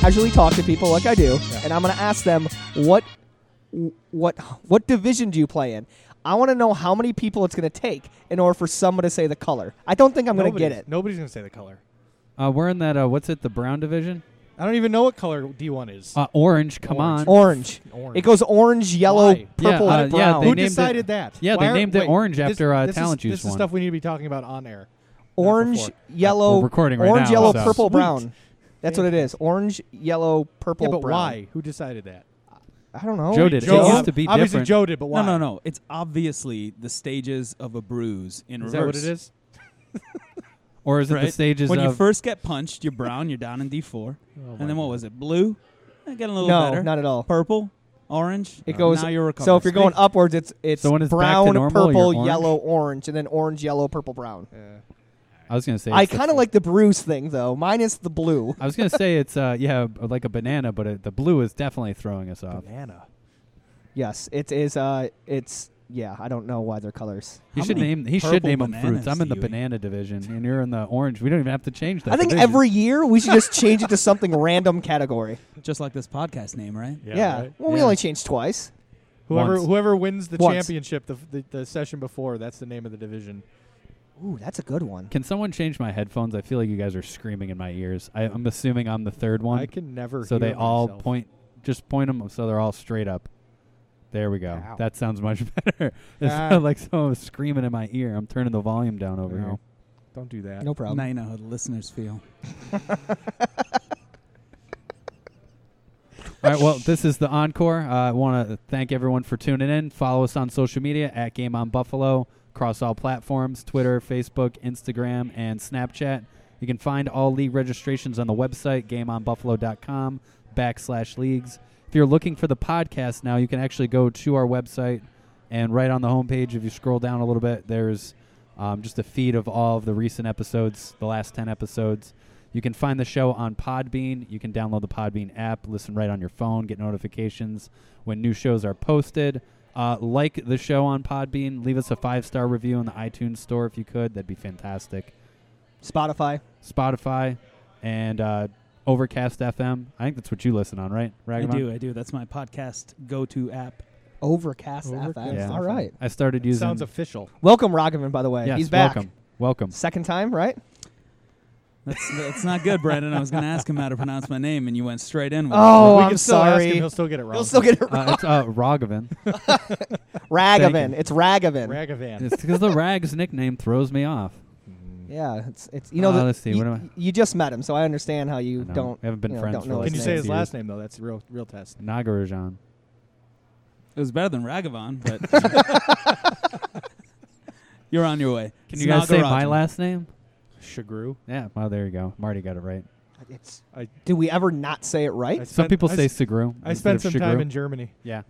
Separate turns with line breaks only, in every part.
casually talk to people like I do,
Yeah.
and I'm going to ask them what what what division do you play in? I want to know how many people it's going to take in order for someone to say the color. I don't think I'm going to get
Nobody's-
it.
Nobody's gonna say the color.
Uh, we're in that. Uh, what's it? The brown division.
I don't even know what color D1 is.
Uh, orange. Come
Orange.
on.
Orange.
Orange.
It goes orange, yellow,
Why?
Yeah,
oh, purple,
uh,
and
yeah,
brown.
they
Who
named it-
decided that?
yeah, they
are-
named it
wait,
orange
this-
after, uh,
this
Talent
is,
Juice
This is
one.
stuff we need to be talking about on air. not
orange,
before.
yellow,
We're recording right
orange,
now,
yellow,
so-
purple,
Sweet.
brown. That's what it is. Orange, yellow, purple,
Yeah, but
brown.
why? Who decided that?
I don't know.
Joe did.
Joe,
it used to be
obviously
different.
Joe did, but why?
No, no, no. It's obviously the stages of a bruise in
Is
reverse.
that what it is?
Or is it the
Right?
stages
when
of?
you first get punched, you're brown, you're down in D4. and then what was it? Blue? Eh, Getting a little
No,
better.
not at all.
Purple? Orange?
It goes.
Uh, Now you're recovering.
so if you're going upwards, it's it's
So when it's back to
brown,
normal, you're
purple,
orange?
yellow, orange, and then orange, yellow, purple, brown.
I was gonna say.
I
it's the
kind of
fir-
like the bruise thing though, minus the blue.
I was gonna say it's uh yeah b- like a banana, but it, the blue is definitely throwing us off.
Banana.
Yes, it is. Uh, it's yeah. I don't know why they're colors.
He
How
should
many
name. He should
purple
name them fruits.
bananas
I'm in the
do you eat?
banana division, and you're in the orange. We don't even have to change that.
I think
division.
every year we should just change it to something random category.
Just like this podcast name, right?
Yeah. Well, we
Yeah.
only changed twice.
Whoever
Once.
whoever wins the
Once.
championship the, the the session before, that's the name of the division.
Ooh, that's a good one.
Can someone change my headphones? I feel like you guys are screaming in my ears. I, I'm assuming I'm the third one.
I can never.
so they
hear
all
myself.
point, just point them so they're all straight up. There we go.
Ow.
That sounds much better. It
Ah.
sounded like someone was screaming in my ear. I'm turning the volume down over
No.
here.
Don't do that.
No problem.
Now you know how the listeners feel.
All right. Well, this is the encore. Uh, I want to thank everyone for tuning in. Follow us on social media at Game on Buffalo across all platforms: Twitter, Facebook, Instagram, and Snapchat. You can find all league registrations on the website gameonbuffalo.com backslash leagues. If you're looking for the podcast now, you can actually go to our website and right on the homepage. If you scroll down a little bit, there's um, just a feed of all of the recent episodes, the last ten episodes. You can find the show on Podbean. You can download the Podbean app, listen right on your phone, get notifications when new shows are posted. Uh, like the show on Podbean. Leave us a five star review in the iTunes store if you could. That'd be fantastic.
Spotify.
Spotify and uh, Overcast FM. I think that's what you listen on, right?
I
Ragavan?
do, I do. That's my podcast go-to app.
Overcast,
Overcast
FM.
Yeah.
All right.
I started using.
Sounds official.
Welcome, Ragavan, by the way.
Yes,
He's back.
Welcome. Welcome.
Second time, right?
That's, that's not good, Brandon. I was going to ask him how to pronounce my name, and you went straight in with
Oh,
we
I'm
can still ask him,
sorry.
he'll still get it wrong.
You'll still get it right.
Uh, it's uh, Ragavan. thank
Ragavan.
you.
It's Ragavan.
Ragavan.
it's because the Rags nickname throws me off.
yeah, it's it's you know
Uh,
the,
let's see,
you,
what am
you just met him, so I understand how you
I know.
don't
We haven't been
you know,
friends
don't
for
know
like
Can you
his
say
name.
his last name though? That's the real real test.
Nagarajan.
It was better than Ragavan, but you're on your way.
Can you guys say my
Snagarajan.
last name?
Shagru.
Yeah. Well, there you go. Marty got it right.
It's
I-
do we ever not say it right?
I
Some
spent-
people
I
say
s-
Segru.
I
instead
spent
of
some
Shagru.
time in Germany.
Yeah.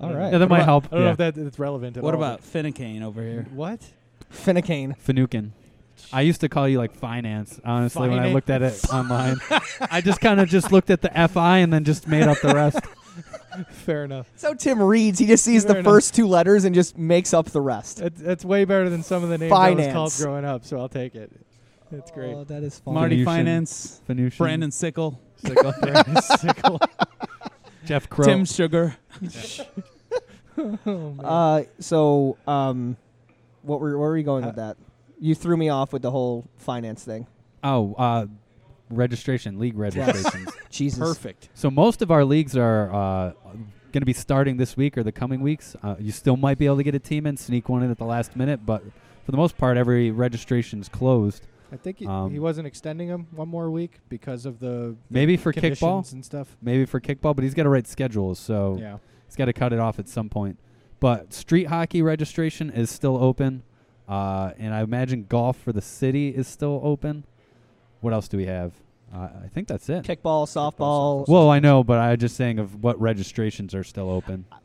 All
Yeah,
right.
that might
I
help.
don't know
Yeah.
if that it's relevant at
What
all,
about Finnecane over here?
but- what?
Finnecane.
Finucane. I used to call you like finance, honestly, when I
Finan-
looked at it online. I just kind of just looked at the FI and then just made up the rest.
Fair enough.
So Tim reads, he just sees
Fair
the
enough.
first two letters and just makes up the rest.
That's, that's way better than some of the names I was called
Finance.
growing up, so I'll take it. That's great.
Oh, that is fun.
Marty
Finucane.
Finance,
Finucane.
Brandon Sickle,
Sickle.
Sickle.
Jeff Crow.
Tim Sugar.
Oh, man.
Uh, so um, what were where were you going with
Uh,
that? You threw me off with the whole finance thing.
oh, uh, registration, league registrations.
Jesus.
Perfect.
so most of our leagues are uh, going to be starting this week or the coming weeks. Uh, you still might be able to get a team in, sneak one in at the last minute, but for the most part, every registration's closed.
I think he,
Um,
he wasn't extending him one more week because of the
Maybe for kickball,
conditions and stuff.
maybe for kickball, but he's got to write schedules, so
Yeah.
he's got to cut it off at some point. But street hockey registration is still open, uh, and I imagine golf for the city is still open. What else do we have? Uh, I think that's it.
Kickball, softball.
Well, I know, but I'm just saying of what registrations are still open.
Uh,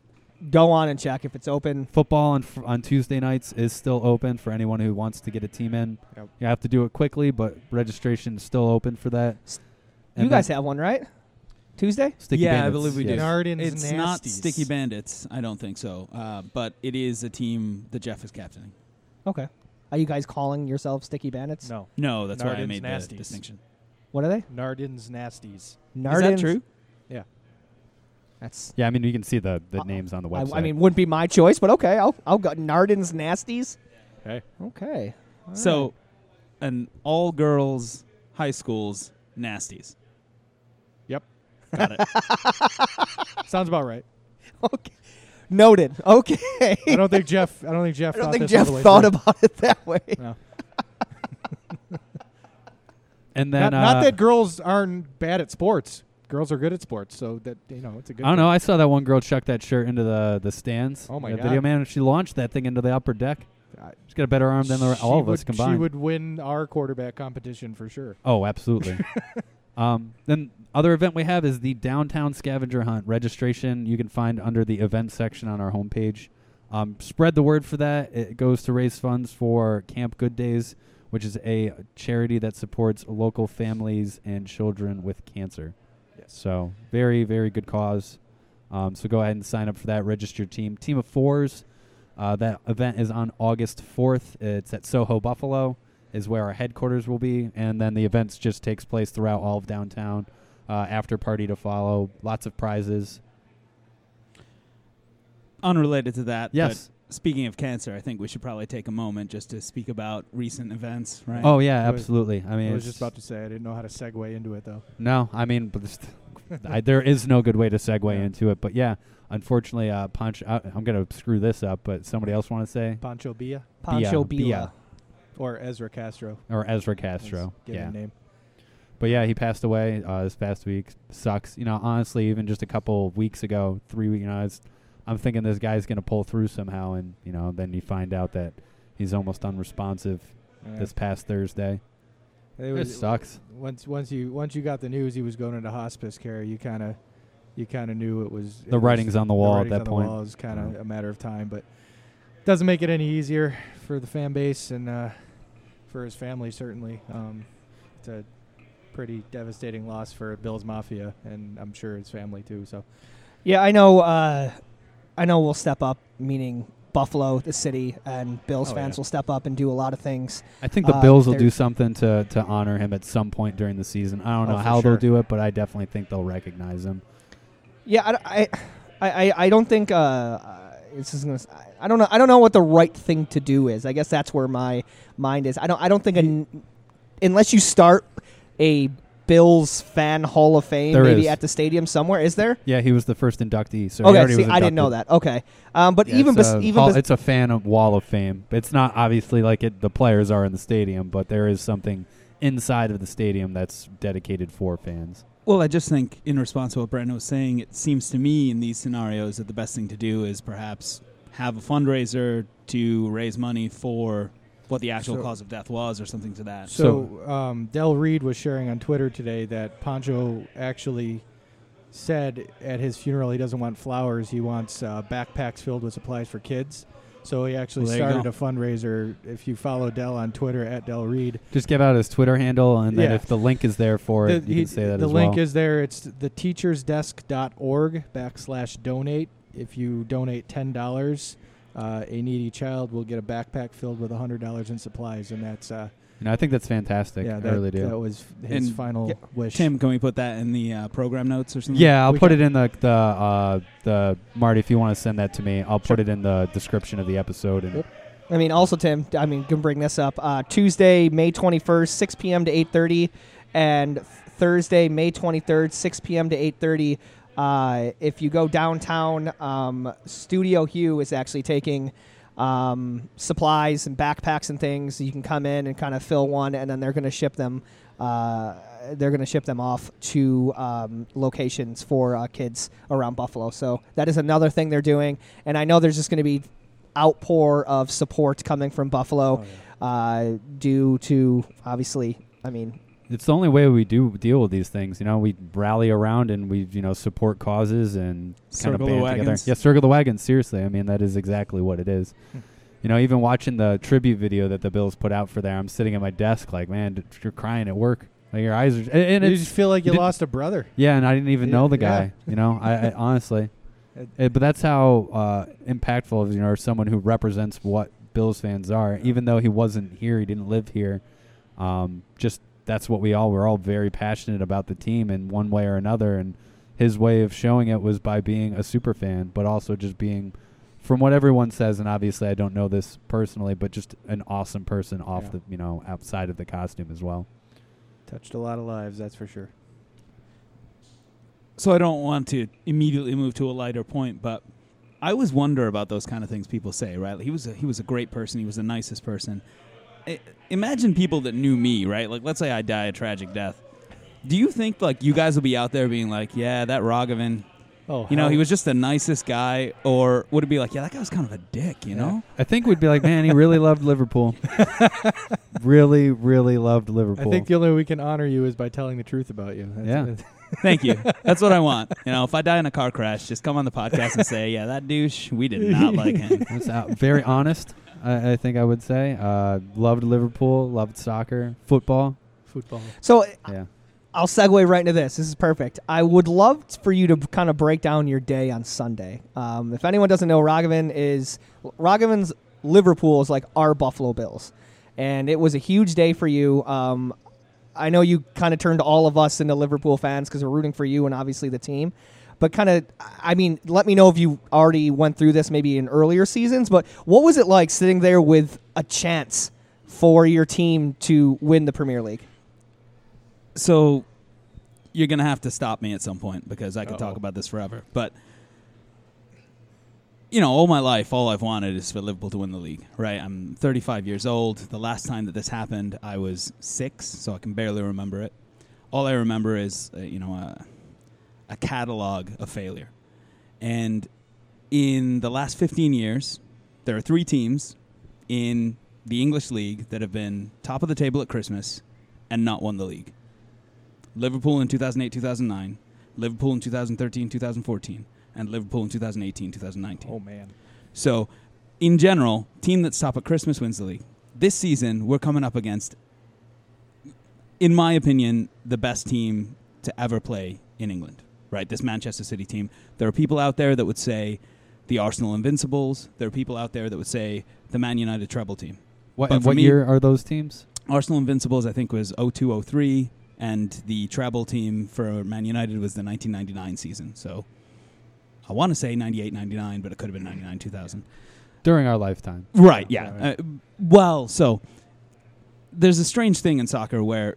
Go on and check if it's open.
Football on fr- on Tuesday nights is still open for anyone who wants to get a team in.
Yep.
You have to do it quickly, but registration is still open for that.
S-
And
you guys
then
have one, right? Tuesday?
Sticky
Yeah, I
Bandits,
believe we do.
yes.
Nardin's
It's not
Nasties.
Sticky Bandits. I don't think so. Uh, but it is a team that Jeff is captaining.
Okay. Are you guys calling yourselves Sticky Bandits?
No.
No, that's why I
Nardin's
made
Nasties.
the distinction.
What are they?
Nardin's Nasties.
Nardin's.
Is that true?
That's.
Yeah, I mean, you can see the, the
Uh,
names on the
I,
website.
I mean, wouldn't be my choice, but okay. I'll I'll go Nardin's Nasties.
Okay.
Okay. All right.
So, an all girls high school's nasties.
Yep.
Got it.
Sounds about right.
okay. noted. Okay.
I don't think Jeff. I don't think Jeff.
I don't
thought
think
this
Jeff
all the way
thought
through.
about it that way.
No.
And
Not,
then uh,
not that girls aren't bad at sports. Girls are good at sports, so that you know it's a good.
I don't
thing.
know. I saw that one girl chuck that shirt into the the stands.
Oh my
the
God.
Video man, she launched that thing into the upper deck.
I-
She's got a better arm than the,
She
all of us
would-
combined.
She would win our quarterback competition for sure.
Oh, absolutely. um, then other event we have is the downtown scavenger hunt registration. You can find under the event section on our homepage. Um, spread the word for that. It goes to raise funds for Camp Good Days, which is a charity that supports local families and children with cancer. So very, very good cause. Um, so go ahead and sign up for that. Register your team. Team of fours. Uh, that event is on August 4th. It's at Soho Buffalo, is where our headquarters will be. And then the events just takes place throughout all of downtown. Uh, after party to follow. Lots of prizes.
Unrelated to that.
Yes.
But speaking of cancer, I think we should probably take a moment just to speak about recent events, right?
Oh yeah,
I was-
absolutely. I mean,
I was
it's-
just about to say I didn't know how to segue into it though.
No, I mean, but there's- I, there is no good way to segue
Yeah.
into it. But yeah, unfortunately, uh, Punch. I, I'm gonna screw this up. But somebody else want to say
Pancho Villa
Pancho
Bia,
Bila.
Bia.
or Ezra Castro.
or Ezra
Let's
Castro?
Give it
yeah.
a name.
But yeah, he passed away uh, this past week. Sucks. You know, honestly, even just a couple weeks ago, three weeks, you know, I was, I'm thinking this guy's going to pull through somehow. And, you know, then you find out that he's almost unresponsive
Yeah.
this past Thursday.
It
It,
was-
sucks.
once once you once you got the news he was going into hospice care, you kind of you kind of knew it was it
The
was-
writing's on the wall
writing's
at
on
that
the
point.
wall. It was kind of
Yeah.
a matter of time, but doesn't make it any easier for the fan base and uh, for his family certainly. Um, it's a pretty devastating loss for Bills Mafia, and I'm sure his family too. So
Yeah, I know. Uh, I know we'll step up, meaning Buffalo, the city, and Bills
Oh,
fans
yeah.
will step up and do a lot of things.
I think the
Uh,
Bills will
they're-
do something to, to honor him at some point during the season. I don't
Oh,
know
for
how
sure.
they'll do it, but I definitely think they'll recognize him.
Yeah, I, I, I, I- I don't think uh, uh, this is gonna. s- I- I don't know. I don't know what the right thing to do is. I guess that's where my mind is. I don't. I don't think an, unless you start a Bills fan Hall of Fame,
There
maybe
is.
at the stadium somewhere. Is there?
Yeah, he was the first inductee. So he
okay,
already
see,
was
I didn't know
inducted.
that. Okay, um, but
Yeah,
even
it's
bes-
a,
even
hall-
bes-
it's a fan of wall of fame. It's not obviously like it, the players are in the stadium, but there is something inside of the stadium that's dedicated for fans.
Well, I just think, in response to what Brendan was saying, it seems to me in these scenarios that the best thing to do is perhaps have a fundraiser to raise money for what the actual
So-
cause of death was or something to that.
So, um, Del Reed was sharing on Twitter today that Pancho actually said at his funeral he doesn't want flowers, he wants uh, backpacks filled with supplies for kids. So he actually
Well, there you
started
go.
a fundraiser. If you follow Del on Twitter at Del Reed,
Just give out his Twitter handle, and then
Yeah.
if the link is there for it, you
he-
can say that
the
as
link
well.
is there. It's theteachersdesk.org backslash donate. If you donate ten dollars, uh, a needy child will get a backpack filled with hundred dollars in supplies, and that's uh,
and I think that's fantastic.
yeah,
I
that,
really
that
do.
was his
And-
final
Yeah.
wish.
Tim, can we put that in the uh, program notes or something?
Yeah, I'll
we
put
can-
it in the the uh, the Marty. If you want to send that to me, I'll put it in the description of the episode. And
Yep.
I mean, also Tim. I mean, can bring this up. Uh, Tuesday, May twenty first, six p.m. to eight thirty, and Thursday, May twenty third, six p.m. to eight thirty. Uh, if you go downtown, um, Studio Hue is actually taking um, supplies and backpacks and things. You can come in and kind of fill one, and then they're going to ship them. Uh, they're going to ship them off to um, locations for uh, kids around Buffalo. So that is another thing they're doing, and I know there's just going to be outpour of support coming from Buffalo
Oh, yeah.
uh, due to obviously, I mean,
it's the only way we do deal with these things. You know, we rally around and we you know support causes and kind
Circle
of
the
band together.
wagons.
Yeah, circle the wagons. Seriously, I mean that is exactly what it is.
Hmm.
you know, even watching the tribute video that the Bills put out for there, I'm sitting at my desk like, man, d- you're crying at work. Like your eyes are, and, and
you
it's
just feel like you
did-
lost a brother.
yeah, and I didn't even
Yeah,
know the
yeah.
guy. You know, I, I honestly,
It-
Uh, but that's how uh, impactful you know someone who represents what Bills fans are. Even though he wasn't here, he didn't live here. Um, just that's what we all were all very passionate about the team in one way or another. And his way of showing it was by being a super fan, but also just being, from what everyone says, and obviously I don't know this personally, but just an awesome person off
Yeah.
the you know outside of the costume as well.
Touched a lot of lives, that's for sure.
So I don't want to immediately move to a lighter point, but I always wonder about those kind of things people say, right? Like, he was a, he was a great person. He was the nicest person. I, imagine people that knew me, right? Like, let's say I die a tragic death. Do you think like you guys will be out there being like, yeah, that Rogovan,
Oh,
you know,
hell-
he was just the nicest guy, or would it be like, yeah, that guy was kind of a dick, you know?
I think we'd be like, man, he really loved Liverpool. really, really loved
I
Liverpool.
think the only way we can honor you is by telling the truth about you. That's-
Thank you. That's what I want. You know, if I die in a car crash, just come on the podcast and say, yeah, that douche, we did not like him.
That's out. Very honest, I, I think I would say. Uh, loved Liverpool, loved soccer, football.
Football.
So
Yeah.
I'll segue right into this. This is perfect. I would love t- for you to kind of break down your day on Sunday. Um, if anyone doesn't know, Rogovan is Rogovan's Liverpool is like our Buffalo Bills, and it was a huge day for you. Um, I know you kind of turned all of us into Liverpool fans because we're rooting for you and obviously the team. But kind of, I mean, let me know if you already went through this maybe in earlier seasons. But what was it like sitting there with a chance for your team to win the Premier League?
so you're gonna have to stop me at some point because I could
Uh-oh.
talk about this forever. But you know, all my life, all I've wanted is for Liverpool to win the league. Right? I'm 35 years old. The last time that this happened, I was six, so I can barely remember it. All I remember is uh, you know a, a catalog of failure. And in the last 15 years, there are three teams in the English league that have been top of the table at Christmas and not won the league. Liverpool in 2008 2009, Liverpool in 2013 2014, and Liverpool in 2018 2019.
Oh man.
So, in general, team that's top at Christmas wins the league. This season, we're coming up against, in my opinion, the best team to ever play in England, right? This Manchester City team. There are people out there that would say the Arsenal Invincibles. There are people out there that would say the Man United treble team.
What,
But
and
for
what
me-
year are those teams?
Arsenal Invincibles, I think, was 0203, and the treble team for Man United was the 1999 season. So I want to say 98 99, but it could have been 99 2000.
During our lifetime.
Right, yeah.
Yeah, right.
Uh, well, so there's a strange thing in soccer where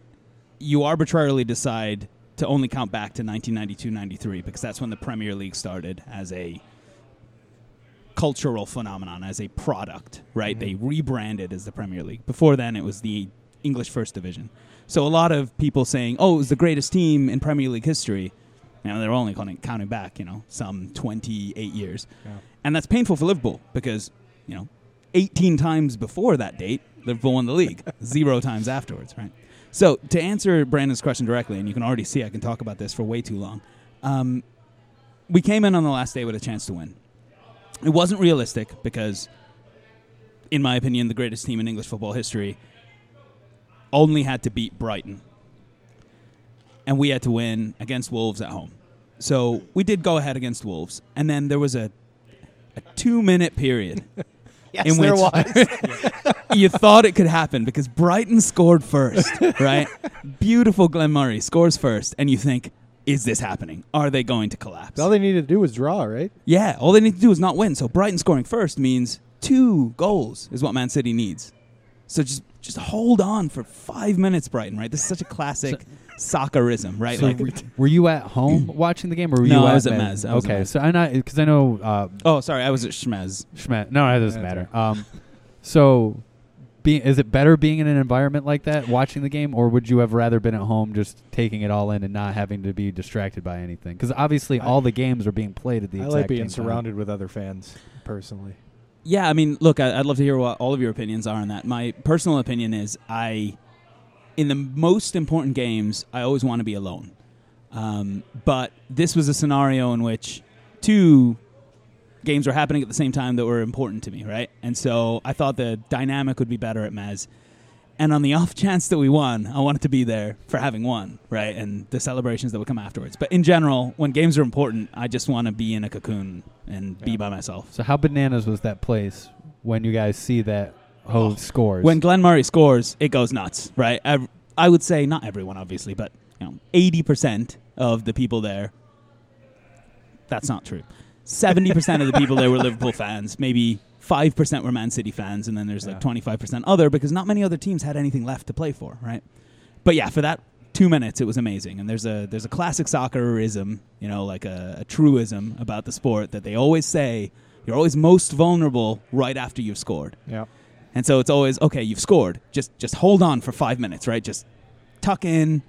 you arbitrarily decide to only count back to 1992-93 because that's when the Premier League started as a cultural phenomenon, as a product, right?
Mhm.
They rebranded as the Premier League. Before then, it was the English First Division. So a lot of people saying, "Oh, it was the greatest team in Premier League history." Now they're only counting, counting back, you know, some 28 years.
Yeah.
And that's painful for Liverpool because, you know, 18 times before that date, Liverpool won the league, zero times afterwards, right? So, to answer Brandon's question directly, and you can already see I can talk about this for way too long, um, we came in on the last day with a chance to win. It wasn't realistic because, in my opinion, the greatest team in English football history only had to beat Brighton. And we had to win against Wolves at home. So we did go ahead against Wolves. And then there was a, a two minute period
Yes,
in
there
which
was.
you thought it could happen because Brighton scored first, right? Beautiful Glenn Murray scores first, and you think, is this happening? Are they going to collapse?
All they needed to do was draw, right?
Yeah, all they need to do is not win. So Brighton scoring first means two goals is what Man City needs. So just just hold on for five minutes, Brighton. Right? This is such a classic soccerism, right?
So
like,
were, were you at home watching the game, or were
No,
you?
I
at
was at Mez. I was at
okay,
Mez.
so I not because I know uh,
oh, sorry, I was at Schmez.
Schmet. No, it doesn't
That's
matter. Um, so, be, is it better being in an environment like that, watching the game, or would you have rather been at home, just taking it all in and not having to be distracted by anything? Because obviously,
I-
all the games are being played at the
I
exact
like
same
being
time.
surrounded with other fans, personally.
Yeah, I mean, look, I- I'd love to hear what all of your opinions are on that. My personal opinion is I, in the most important games, I always want to be alone. Um, but this was a scenario in which two games were happening at the same time that were important to me, right? And so I thought the dynamic would be better at Maz. And on the off chance that we won, I wanted to be there for having won, right? And the celebrations that would come afterwards. But in general, when games are important, I just want to be in a cocoon and be
Yeah.
by myself.
So, how bananas was that place
Oh,
when you guys see that Hove scores?
When Glenn Murray scores, it goes nuts, right? Ev- I would say not everyone, obviously, but you know, eighty percent of the people there. That's not true. Seventy percent of the people there were Liverpool fans. Maybe five percent were Man City fans, and then there's
Yeah.
like twenty five percent other because not many other teams had anything left to play for, right? But yeah, for that two minutes, it was amazing. And there's a there's a classic soccerism, you know, like a, a truism about the sport that they always say you're always most vulnerable right after you've scored.
Yeah.
And so it's always okay. You've scored. Just just hold on for five minutes, right? Just tuck in,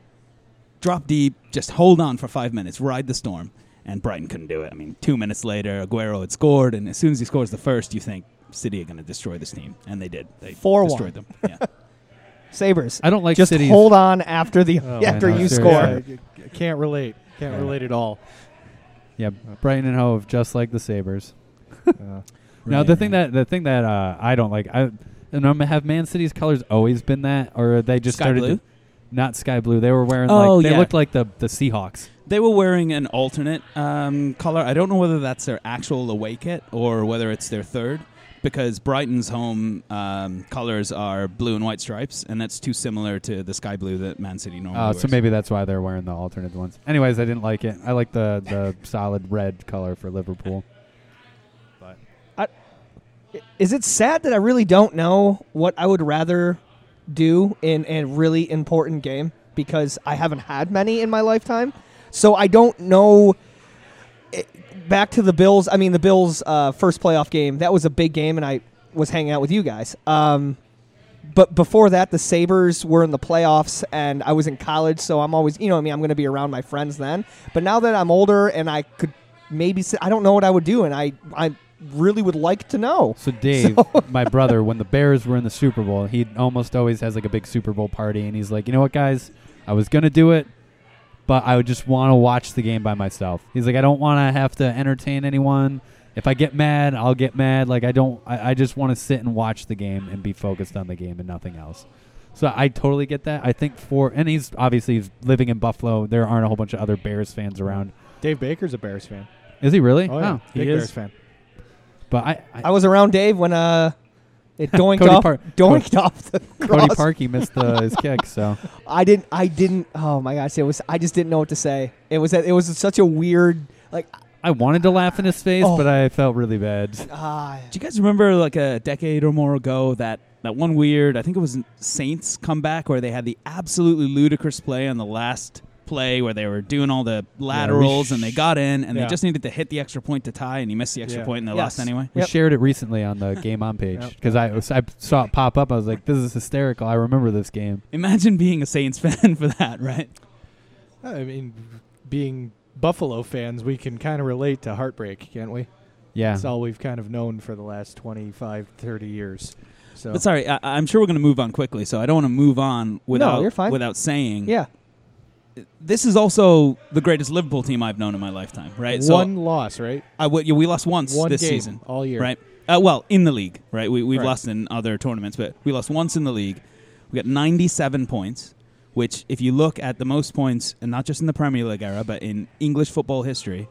drop deep. Just hold on for five minutes. Ride the storm. And Brighton couldn't do it. I mean, two minutes later, Aguero had scored, and as soon as he scores the first, you think City are going to destroy this team, and they did. They
4-1.
destroyed them. Yeah.
Sabers.
I don't like
just
cities.
hold on after the
Oh,
after
I know,
you
seriously.
score.
Yeah, I- I can't relate. Can't
Yeah.
relate at all.
Yeah, Brighton and Hove, just like the Sabers.
Uh,
now
Right,
the thing that
right.
the thing that uh, I don't like, I and I'm, have Man City's colors always been that, or they just
Sky
started
blue?
To, not sky blue. They were wearing
Oh,
like they
yeah.
looked like the the Seahawks.
They were wearing an alternate um, color. I don't know whether that's their actual away kit or whether it's their third, because Brighton's home um, colors are blue and white stripes, and that's too similar to the sky blue that Man City normally
Uh,
wears.
so maybe that's why they're wearing the alternate ones. Anyways, I didn't like it. I like the the solid red color for Liverpool.
Is it sad that I really don't know what I would rather do in a really important game because I haven't had many in my lifetime? So I don't know. It- Back to the Bills. I mean, the Bills' uh, first playoff game. That was a big game, and I was hanging out with you guys. Um, but before that, the Sabers were in the playoffs, and I was in college, so I'm always, you know, what I mean, I'm going to be around my friends then. But now that I'm older and I could maybe, sit, I don't know what I would do, and I, I really would like to know.
So Dave, my brother, when the Bears were in the Super Bowl, he almost always has like a big Super Bowl party, and he's like, you know what, guys, I was gonna do it, but I would just want to watch the game by myself. He's like, I don't want to have to entertain anyone. If I get mad, I'll get mad. Like I don't, I, I just want to sit and watch the game and be focused on the game and nothing else. So I totally get that. I think for and he's obviously he's living in Buffalo. There aren't a whole bunch of other Bears fans around.
Dave Baker's a Bears fan.
Is he really?
Oh yeah,
he
big
is.
Bears fan.
But I, I
I was around Dave when uh, it doinked
Cody
off,
Par-
doinked off the
Cody
cross.
Parkey missed the, his kick. So
I didn't. I didn't. Oh my gosh! It was. I just didn't know what to say. It was. It was such a weird. Like.
I wanted to laugh in his face,
Oh.
but I felt really bad.
ah.
Do you guys remember like a decade or more ago that that one weird? I think it was Saints comeback where they had the absolutely ludicrous play on the last play where they were doing all the laterals and they got in and
Yeah.
they just needed to hit the extra point to tie and he missed the extra
Yeah.
point and they
Yes.
lost anyway.
We
Yep.
shared it recently on the Game On page
Yep.
because I, I saw it pop up. I was like, this is hysterical. I remember this game.
Imagine being a Saints fan for that, right?
I mean, being Buffalo fans, we can kind of relate to heartbreak, can't we?
Yeah.
That's all we've kind of known for the last 25, 30 years. So
But sorry, I, I'm sure we're going to move on quickly, so I don't want to move on without
you're fine.
without saying.
Yeah.
this is also the greatest Liverpool team I've known in my lifetime, right?
one loss, right?
so I, w- yeah, we lost once
One
Uh, this
game
season,
all year.
right? Uh, well, in the league, right? We, we've
Right.
lost in other tournaments, but we lost once in the league. We got 97 points, which, if you look at the most points, and not just in the Premier League era, but in English football history,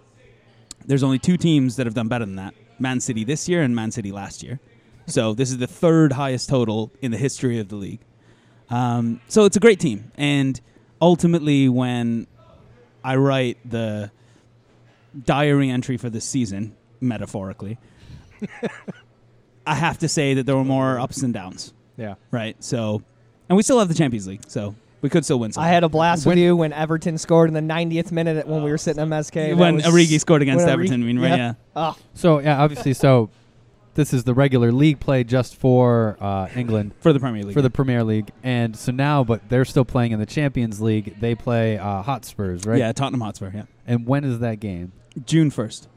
there's only two teams that have done better than that Man City this year and Man City last year. So this is the third highest total in the history of the league. Um, so it's a great team. And ultimately, when I write the diary entry for this season, metaphorically, I have to say that there were more ups and downs,
Yeah.
right? So, and we still have the Champions League, so we could still win. Something.
I had a blast with you when Everton scored in the 90th minute when we were sitting at MSK.
when
That was-
Origi scored against
when Origi-
Everton. I mean, right, yeah.
Ah,
So, yeah, obviously, so this is the regular league play just for uh, England,
for the Premier League,
for the Premier League. And so now, but they're still playing in the Champions League. They play uh, Hotspurs, right?
yeah, Tottenham Hotspur, yeah,
And when is that game?
June first.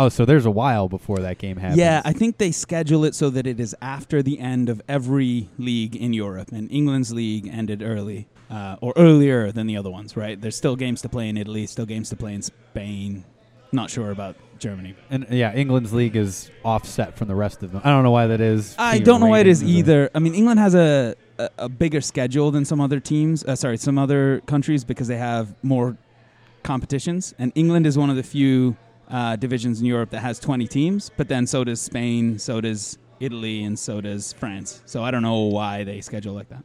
Oh, so there's a while before that game happens.
Yeah, I think they schedule it so that it is after the end of every league in Europe, and England's league ended early uh, or earlier than the other ones. Right? There's still games to play in Italy, still games to play in Spain. Not sure about Germany.
And yeah, England's league is offset from the rest of them. I don't know why that is.
I
Your
don't know why it is
ratings or-
either. I mean, England has a, a, a bigger schedule than some other teams. Uh, sorry, some other countries because they have more competitions, and England is one of the few uh, divisions in Europe that has 20 teams. But then so does Spain, so does Italy, and so does France. So I don't know why they schedule like that.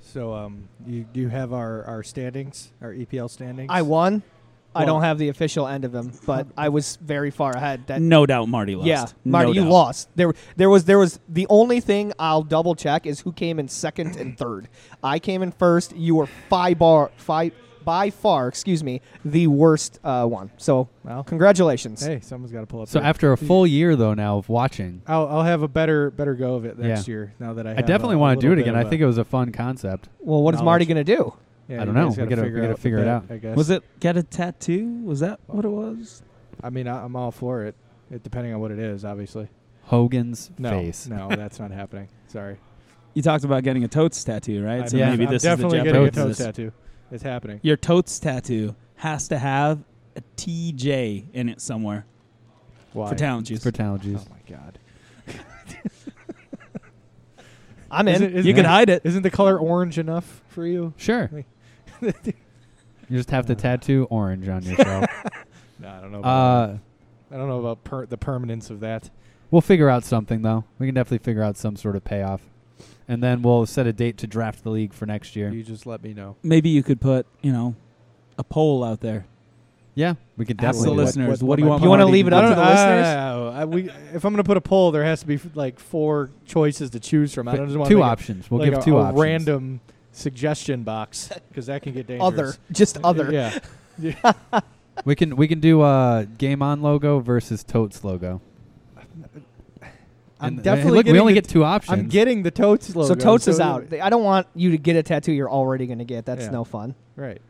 So um, you do you have our, our standings, our EPL standings?
I won. I
Well-
don't have the official end of them, but I was very far ahead. That
no doubt Marty lost.
yeah, Marty,
No
you
doubt.
lost. There, there was, there was the only thing I'll double check is who came in second and third. I came in first. You were five bar, five by far, excuse me, the worst uh, one. So
Well,
congratulations.
hey, someone's got to pull up.
So
their-
after a full year though now of watching,
I'll, I'll have a better better go of it next year. Now that I,
I definitely
want to
do it again. I think it was a fun concept.
Well, what is
Knowledge.
Marty gonna do?
yeah,
I don't
you
know.
guys
We
gotta
gotta- we gotta
the
figure it
bet,
out.
I guess.
Was it get a tattoo? Was that what it was?
I mean, I, I'm all for it. It depending on what it is, obviously.
Hogan's
No,
face.
no, that's not happening. Sorry.
You talked about getting a totes tattoo, right?
I-
so
Yeah.
maybe
I'm
this
definitely
is the
getting a
Jeopardy.
toes tattoo. It's happening.
Your totes tattoo has to have a TJ in it somewhere
Why?
for talent juice.
It's for talent juice.
Oh my god.
I'm
Is
in.
it- is
you
it-
could hide it.
Isn't the color orange enough for you?
Sure. you just have to tattoo orange on yourself.
No, I don't know. About
uh,
that. I don't know about per- the permanence of that.
we'll figure out something though. We can definitely figure out some sort of payoff, and then we'll set a date to draft the league for next year.
You just let me know.
Maybe you could put, you know, a poll out there.
Yeah, we could
Ask the
definitely. do that.
listeners,
what-
what, do you
what
want?
my- You
wanna
Marty
leave it
do?
up to the
I don't-
listeners?
I don't know. Uh, I- we- if I'm going to put a poll, there has to be like four choices to choose from. I don't just want
two options. We'll
like
give
a,
two
a
options.
random suggestion box because that can get dangerous.
Other, just other.
Yeah.
We can we can do uh, game on logo versus totes logo.
I'm
And-
definitely.
look, we
getting
only
the-
get two options.
I'm getting the totes logo.
So totes is
so-
out. I don't want you to get a tattoo you're already gonna get. That's
Yeah.
no fun.
Right.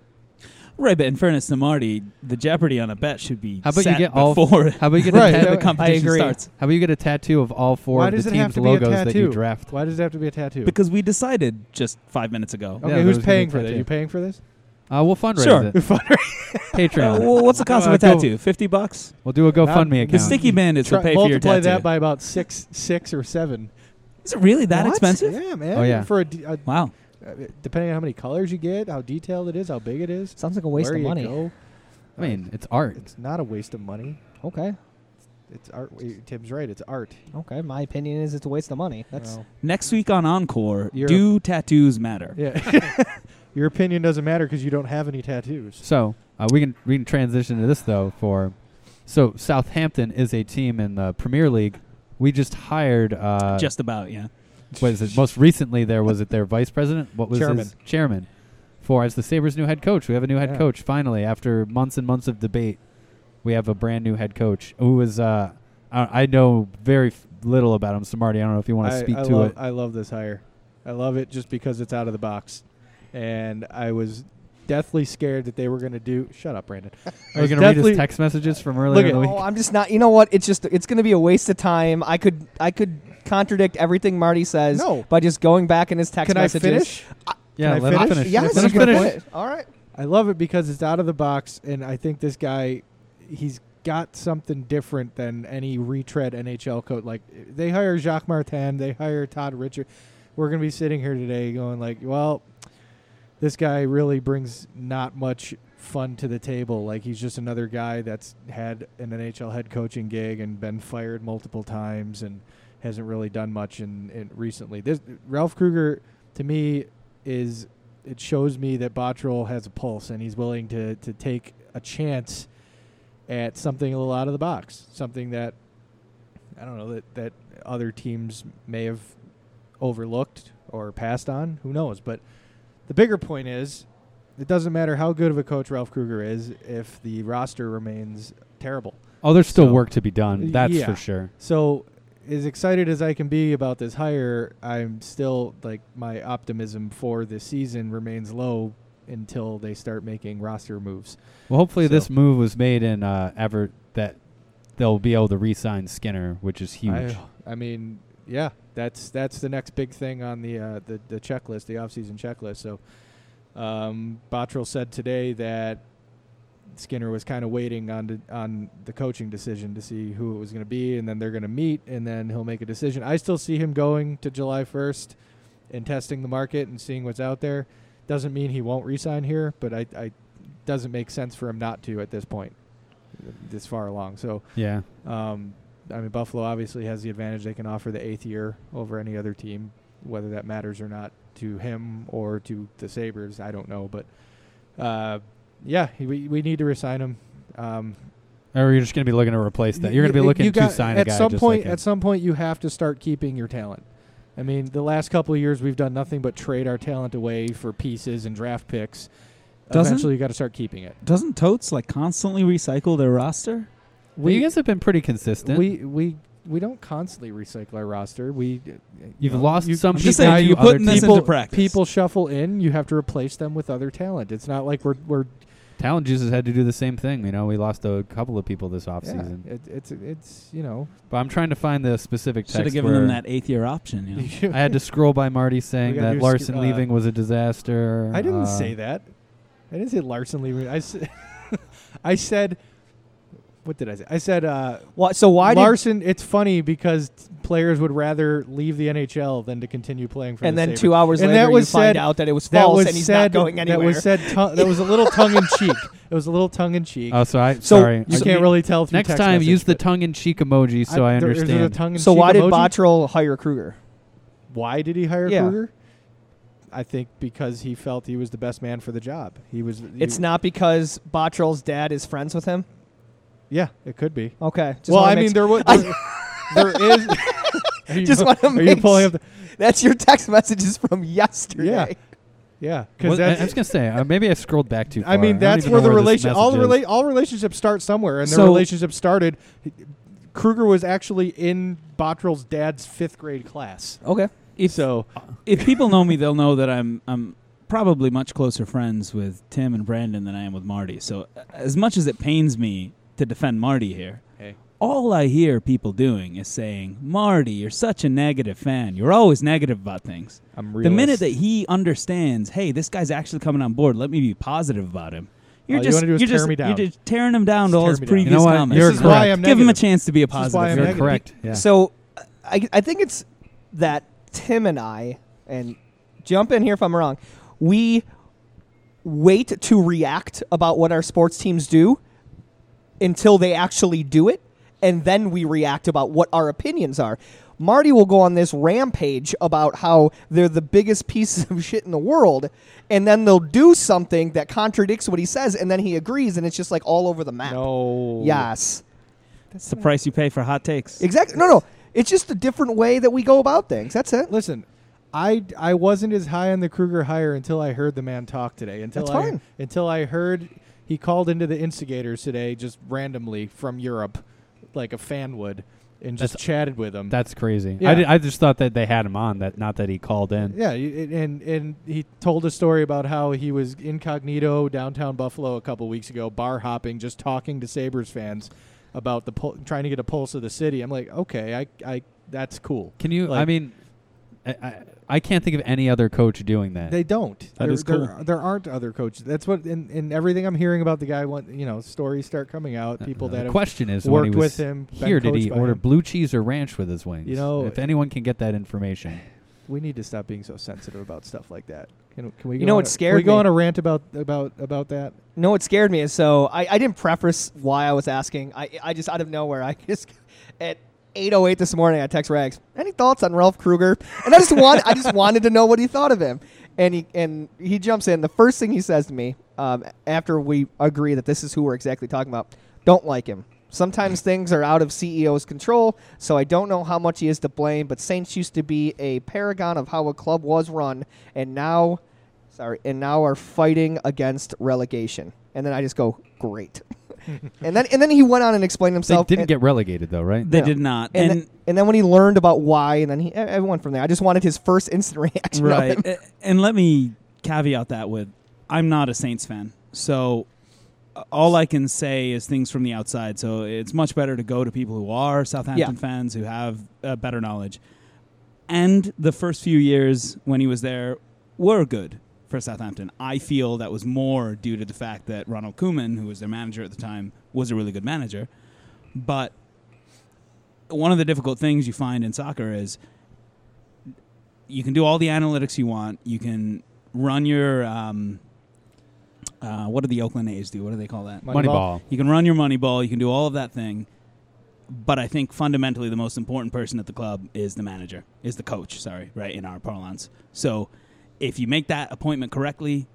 Right, but in fairness to Marty, the Jeopardy on a bet should be
How about you
set
get all-
before
how about you get
Right,
a
that-
ta-
the competition
agree.
starts
how about you get a tattoo of all four
Why
of the
does it have
team's
to be a
logos that you
tattoo?
draft?
Why does it have to be a tattoo?
because we decided just five minutes ago. Uh,
okay,
Yeah,
who's
those are gonna
paying
be
for this?
tattoo.
You paying for this?
Uh, we'll fundraise
Sure.
it.
Uh,
Patreon.
well, what's the cost of
Uh,
a
go-
tattoo? Fifty bucks.
We'll do a GoFundMe
Not- the
account.
The sticky bandits will
Try-
pay for your
multiply
tattoo.
that by about six, six or seven.
Is it really that
What?
expensive?
Yeah, man.
Oh, yeah.
For a, d- a-
Wow.
uh, depending on how many colors you get, how detailed it is, how big it is,
Sounds like a waste
where
of
you
money.
go. Uh,
I mean, it's art.
It's not a waste of money.
Okay,
It's art. Tim's right. It's art.
okay. My opinion is it's a waste of money. That's
Well,
Next week on Encore,
You're-
do tattoos matter?
yeah. Your opinion doesn't matter because you don't have any tattoos.
So uh, we can we can transition to this though. For so Southampton is a team in the Premier League. We just hired. Uh,
Just about, yeah.
what is it? Most recently, there was it their vice president. What was
Chairman.
his chairman? For as the Sabres' new head coach, we have a new head
Yeah.
coach finally. After months and months of debate, we have a brand new head coach who is. Uh, I, I know very f- little about him, so Marty. I don't know if you want to
I-
speak
I
to
love,
it.
I love this hire. I love it just because it's out of the box, and I was deathly scared that they were going to do. Shut up, Brandon. I
Are you
was
going to read his
deathly-
text messages from earlier
Look
in the week?
at-
Oh, I'm just not. You know what? It's just it's going to be a waste of time. I could I could contradict everything Marty says
No.
by just going back in his text
Can I
messages.
finish?
yeah,
can I
let him
finish?
finish.
Yes,
let him
you can
finish.
finish. All right.
I love it because it's out of the box, and I think this guy, he's got something different than any retread NHL coach. Like they hire Jacques Martin, they hire Todd Richard. We're gonna be sitting here today going like, well, this guy really brings not much fun to the table. Like he's just another guy that's had an NHL head coaching gig and been fired multiple times and hasn't really done much in, in recently. This Ralph Kruger to me is it shows me that Bottrell has a pulse and he's willing to to take a chance at something a little out of the box, something that I don't know that that other teams may have overlooked or passed on. Who knows? But the bigger point is, it doesn't matter how good of a coach Ralph Kruger is if the roster remains terrible.
Oh, there's still
So-
work to be done. That's
Yeah.
for sure.
So, as excited as I can be about this hire, I'm still like my optimism for this season remains low until they start making roster moves.
Well, hopefully this
So-
move was made in uh, ever that they'll be able to re-sign Skinner, which is huge.
I, I mean, yeah, that's that's the next big thing on the uh, the the checklist, the offseason checklist. So, um, Bottrell said today that Skinner was kind of waiting on the, on the coaching decision to see who it was going to be, and then they're going to meet, and then he'll make a decision. I still see him going to July 1st and testing the market and seeing what's out there. Doesn't mean he won't resign here, but I, I doesn't make sense for him not to at this point, this far along. So
yeah,
um, I mean, Buffalo obviously has the advantage; they can offer the eighth year over any other team whether that matters or not to him or to the Sabres, I don't know. But uh, yeah, he- we, we need to resign him. Um,
Or you're just going to be looking to replace that. You're going to
you-
be looking
you
to
got-
sign a
at
guy
some
just
point.
like him.
at some point, you have to start keeping your talent. I mean, the last couple of years we've done nothing but trade our talent away for pieces and draft picks.
Doesn't-
Eventually, you got to start keeping it.
Doesn't Totes like constantly recycle their roster?
Well, you guys have been pretty consistent.
we we we don't constantly recycle our roster. We
You've
know,
lost
you-
some
I'm
people.
just saying,
to
you're
other
putting this
teams.
in-
people
into practice.
people shuffle in. You have to replace them with other talent. It's not like we're we're
Talent Juice has had to do the same thing. You know, we lost a couple of people this
yeah,
offseason.
it, it's it's you know
But I'm trying to find the specific text
Should have given
where
them that eighth year option. You know?
I had to scroll by Marty saying
We gotta
that
do sc-
Larson
uh,
leaving was a disaster.
I didn't
Uh,
say that. I didn't say Larson leaving. I said, I said what did I say? I said uh,
Why, so why
Larson. it's funny because t- players would rather leave the NHL than to continue playing for.
did? And
the
then
Sabres.
two hours
And
later,
that was
you find
said-
out that it was
that
false,
was
and he's
said,
not going anywhere.
That was said. tongue that was a little tongue in cheek. It was a little tongue in cheek.
Oh, so I.
So
sorry.
you
I-
can't really tell. Through
next
text
time,
message,
use the
but
tongue in cheek emoji so I,
there- is it a
understand.
tongue-in-cheek
so why did
emoji?
Bottrell hire Kruger?
Why did he hire
Yeah.
Kruger? I think because he felt he was the best man for the job. He was.
It's not because Bottrell's dad is friends with him.
Yeah, it could be.
Okay. Just
well,
wanna
I
make
mean,
s-
there was. There, there is. Are you-
Just wanna
Are you
make
pulling up? The,
that's your text messages from yesterday.
Yeah. yeah,
Well,
because
I, I was
that's.
gonna say uh, maybe I scrolled back too far.
I mean,
don't
that's
even
where
know
the
this
relation. All the
message is.
rela- All relationships start somewhere, and the
So-
relationship started. Kruger was actually in Bottrell's dad's fifth grade class.
Okay.
If
So
if people know me, they'll know that I'm I'm probably much closer friends with Tim and Brandon than I am with Marty. So uh, as much as it pains me to defend Marty here,
Hey.
all I hear people doing is saying, "Marty, you're such a negative fan. You're always negative about things."
I'm
The minute that he understands, hey, this guy's actually coming on board. Let me be positive about him. You're
All you
just
wanna do is
you're
tear
just
me down.
you're just tearing him down
Just
to all
tear
his
me down. You
previous
know
what?
comments.
You're
this is why
correct.
I'm
Give him a
negative.
chance to be a
This is
positive.
why I'm
here.
You're
negative.
correct. Yeah.
So I, I think it's that Tim and I, and jump in here if I'm wrong, we wait to react about what our sports teams do until they actually do it, and then we react about what our opinions are. Marty will go on this rampage about how they're the biggest pieces of shit in the world, and then they'll do something that contradicts what he says, and then he agrees, and it's just like all over the map.
no,
Yes.
It's the price you pay for hot takes.
Exactly. No, no. It's just a different way that we go about things. That's it.
Listen, I I wasn't as high on the Kruger hire until I heard the man talk today. Until
That's
I
fine.
until I heard he called into the instigators today just randomly from Europe, like a fan would, and just
That's-
chatted with him.
that's crazy. I,
Yeah.
did, I just thought that they had him on. That not that he called in.
yeah, y- and and- and he told a story about how he was incognito downtown Buffalo a couple weeks ago, bar hopping, just talking to Sabres fans about the pul- trying to get a pulse of the city. I'm like, okay, I I that's cool.
Can you? I
Like-
mean, I, I I can't think of any other coach doing that.
They don't. there,
is
there-
cool.
there aren't other coaches. That's what in, in everything I'm hearing about the guy. Want you know stories start coming out. People
Uh, the
that have,
question is when he
worked
was
with him, been
here did he
coached by
order
him.
blue cheese or ranch with his wings?
You know-
if anyone can get that information,
we need to stop being so sensitive about stuff like that. Can, can we?
You
go
know
on
what
a-
scared
Can we go
me?
on a rant about about about that?
No, what scared me is so I, I didn't preface why I was asking. I I just out of nowhere I just at 8:08 this morning I text Rags. Any thoughts on Ralph Kruger? And I just want I just wanted to know what he thought of him. And he and he jumps in. The first thing he says to me um, after we agree that this is who we're exactly talking about. Don't like him. Sometimes things are out of CEO's control, so I don't know how much he is to blame. But Saints used to be a paragon of how a club was run, and now sorry, and now are fighting against relegation. And then I just go, great. and then and then he went on and explained
they
himself.
didn't
and,
get relegated though, right?
They
Yeah.
did not.
and,
and
then, and then when he learned about why, and then he I I went from there. I just wanted his first instant reaction. of him.
right A- and let me caveat that with i'm not a saints fan so uh, all i can say is things from the outside so it's much better to go to people who are southampton
Yeah.
fans who have uh, better knowledge and the first few years when he was there were good for Southampton. I feel that was more due to the fact that Ronald Koeman, who was their manager at the time, was a really good manager. But one of the difficult things you find in soccer is you can do all the analytics you want. You can run your um, uh, what do the Oakland A's do? What do they call that?
Moneyball.
You can run your money ball. You can do all of that thing. but I think fundamentally the most important person at the club is the manager, is the coach, sorry, right, in our parlance. So if you make that appointment correctly,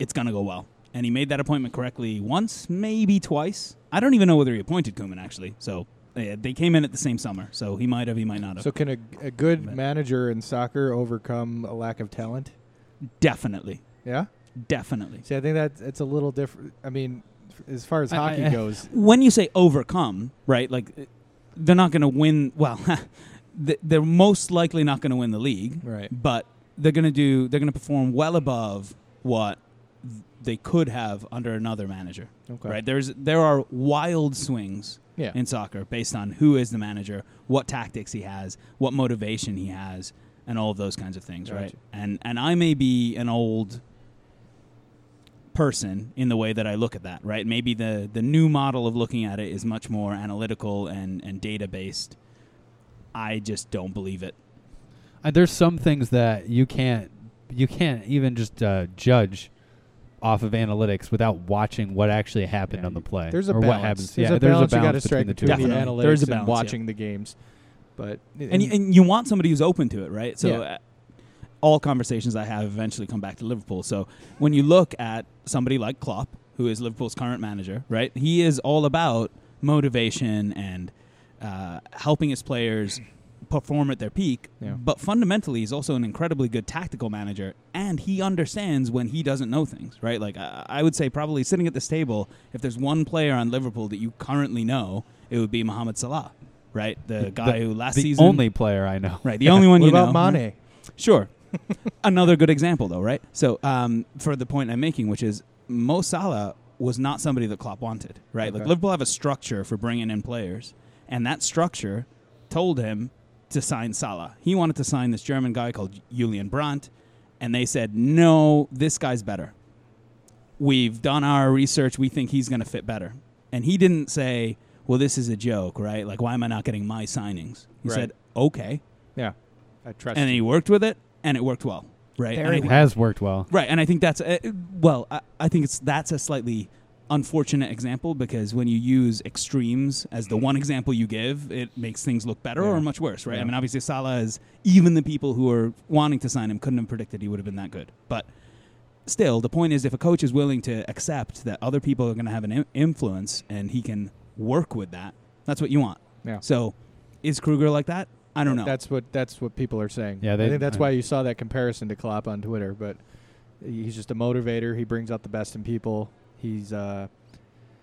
it's going to go well. And he made that appointment correctly once, maybe twice. I don't even know whether he appointed Kuman, actually. So uh, they came in at the same summer. So he might have, he might not have.
So can a, a good manager in soccer overcome a lack of talent?
definitely.
Yeah.
Definitely.
See, I think that it's a little different. I mean, f- as far as
I-
hockey
I-
goes,
when you say overcome, right? Like uh, they're not going to win. Well, th- they're most likely not going to win the league,
right?
but they're going to do. They're going to perform well above what th- they could have under another manager,
Okay.
right? There's there are wild swings
Yeah.
in soccer based on who is the manager, what tactics he has, what motivation he has, and all of those kinds of things, right?
Gotcha.
And and I may be an old person in the way that I look at that, right? Maybe the the new model of looking at it is much more analytical and and data based. I just don't believe it.
Uh, there's some things that you can't you can't even just uh, judge off of analytics without watching what actually happened
Yeah,
on the play.
there's a
or
balance.
what happens.
There's
yeah,
a
there's
balance
a
you got
balance
to
between
strike
the two.
between
Definitely.
the analytics
There's a
and
balance, yeah.
watching the games. But
and, you- and you want somebody who's open to it, right? So
Yeah.
uh, all conversations I have eventually come back to Liverpool. So when you look at somebody like Klopp, who is Liverpool's current manager, right? He is all about motivation and uh, helping his players perform at their peak.
Yeah.
But fundamentally, he's also an incredibly good tactical manager, and he understands when he doesn't know things, right? Like I, I would say, probably sitting at this table, if there's one player on Liverpool that you currently know, it would be Mohamed Salah, right? The, guy who last
the
season
only player I know.
Right, the only one
what
you
about
know. Mm-hmm.
Mane?
Sure. Another good example, though, right? So, um, for the point I'm making, which is Mo Salah was not somebody that Klopp wanted, right? Like
Okay.
Liverpool have a structure for bringing in players, and that structure told him to sign Salah. He wanted to sign this German guy called Julian Brandt, and they said, "No, this guy's better. We've done our research. We think he's going to fit better." And he didn't say, "Well, this is a joke, right? Like, why am I not getting my signings?" He
Right.
said, "Okay."
Yeah, I trust.
and
you.
he worked with it, and it worked well, right?
Very
And I
It
think-
has worked well.
Right, and I think that's uh, well, I, I think it's that's a slightly unfortunate example because when you use extremes as the one example you give, it makes things look better
Yeah.
or much worse, right? I
Yeah.
mean, obviously Salah is even the people who are wanting to sign him couldn't have predicted he would have been that good, but still, the point is, if a coach is willing to accept that other people are going to have an in- influence and he can work with that, that's what you want.
Yeah.
So, is Kruger like that? I don't know.
That's what that's what people are saying.
Yeah,
I
they-
think that's
I-
why you saw that comparison to Klopp on Twitter. But he's just a motivator. He brings out the best in people. He's uh,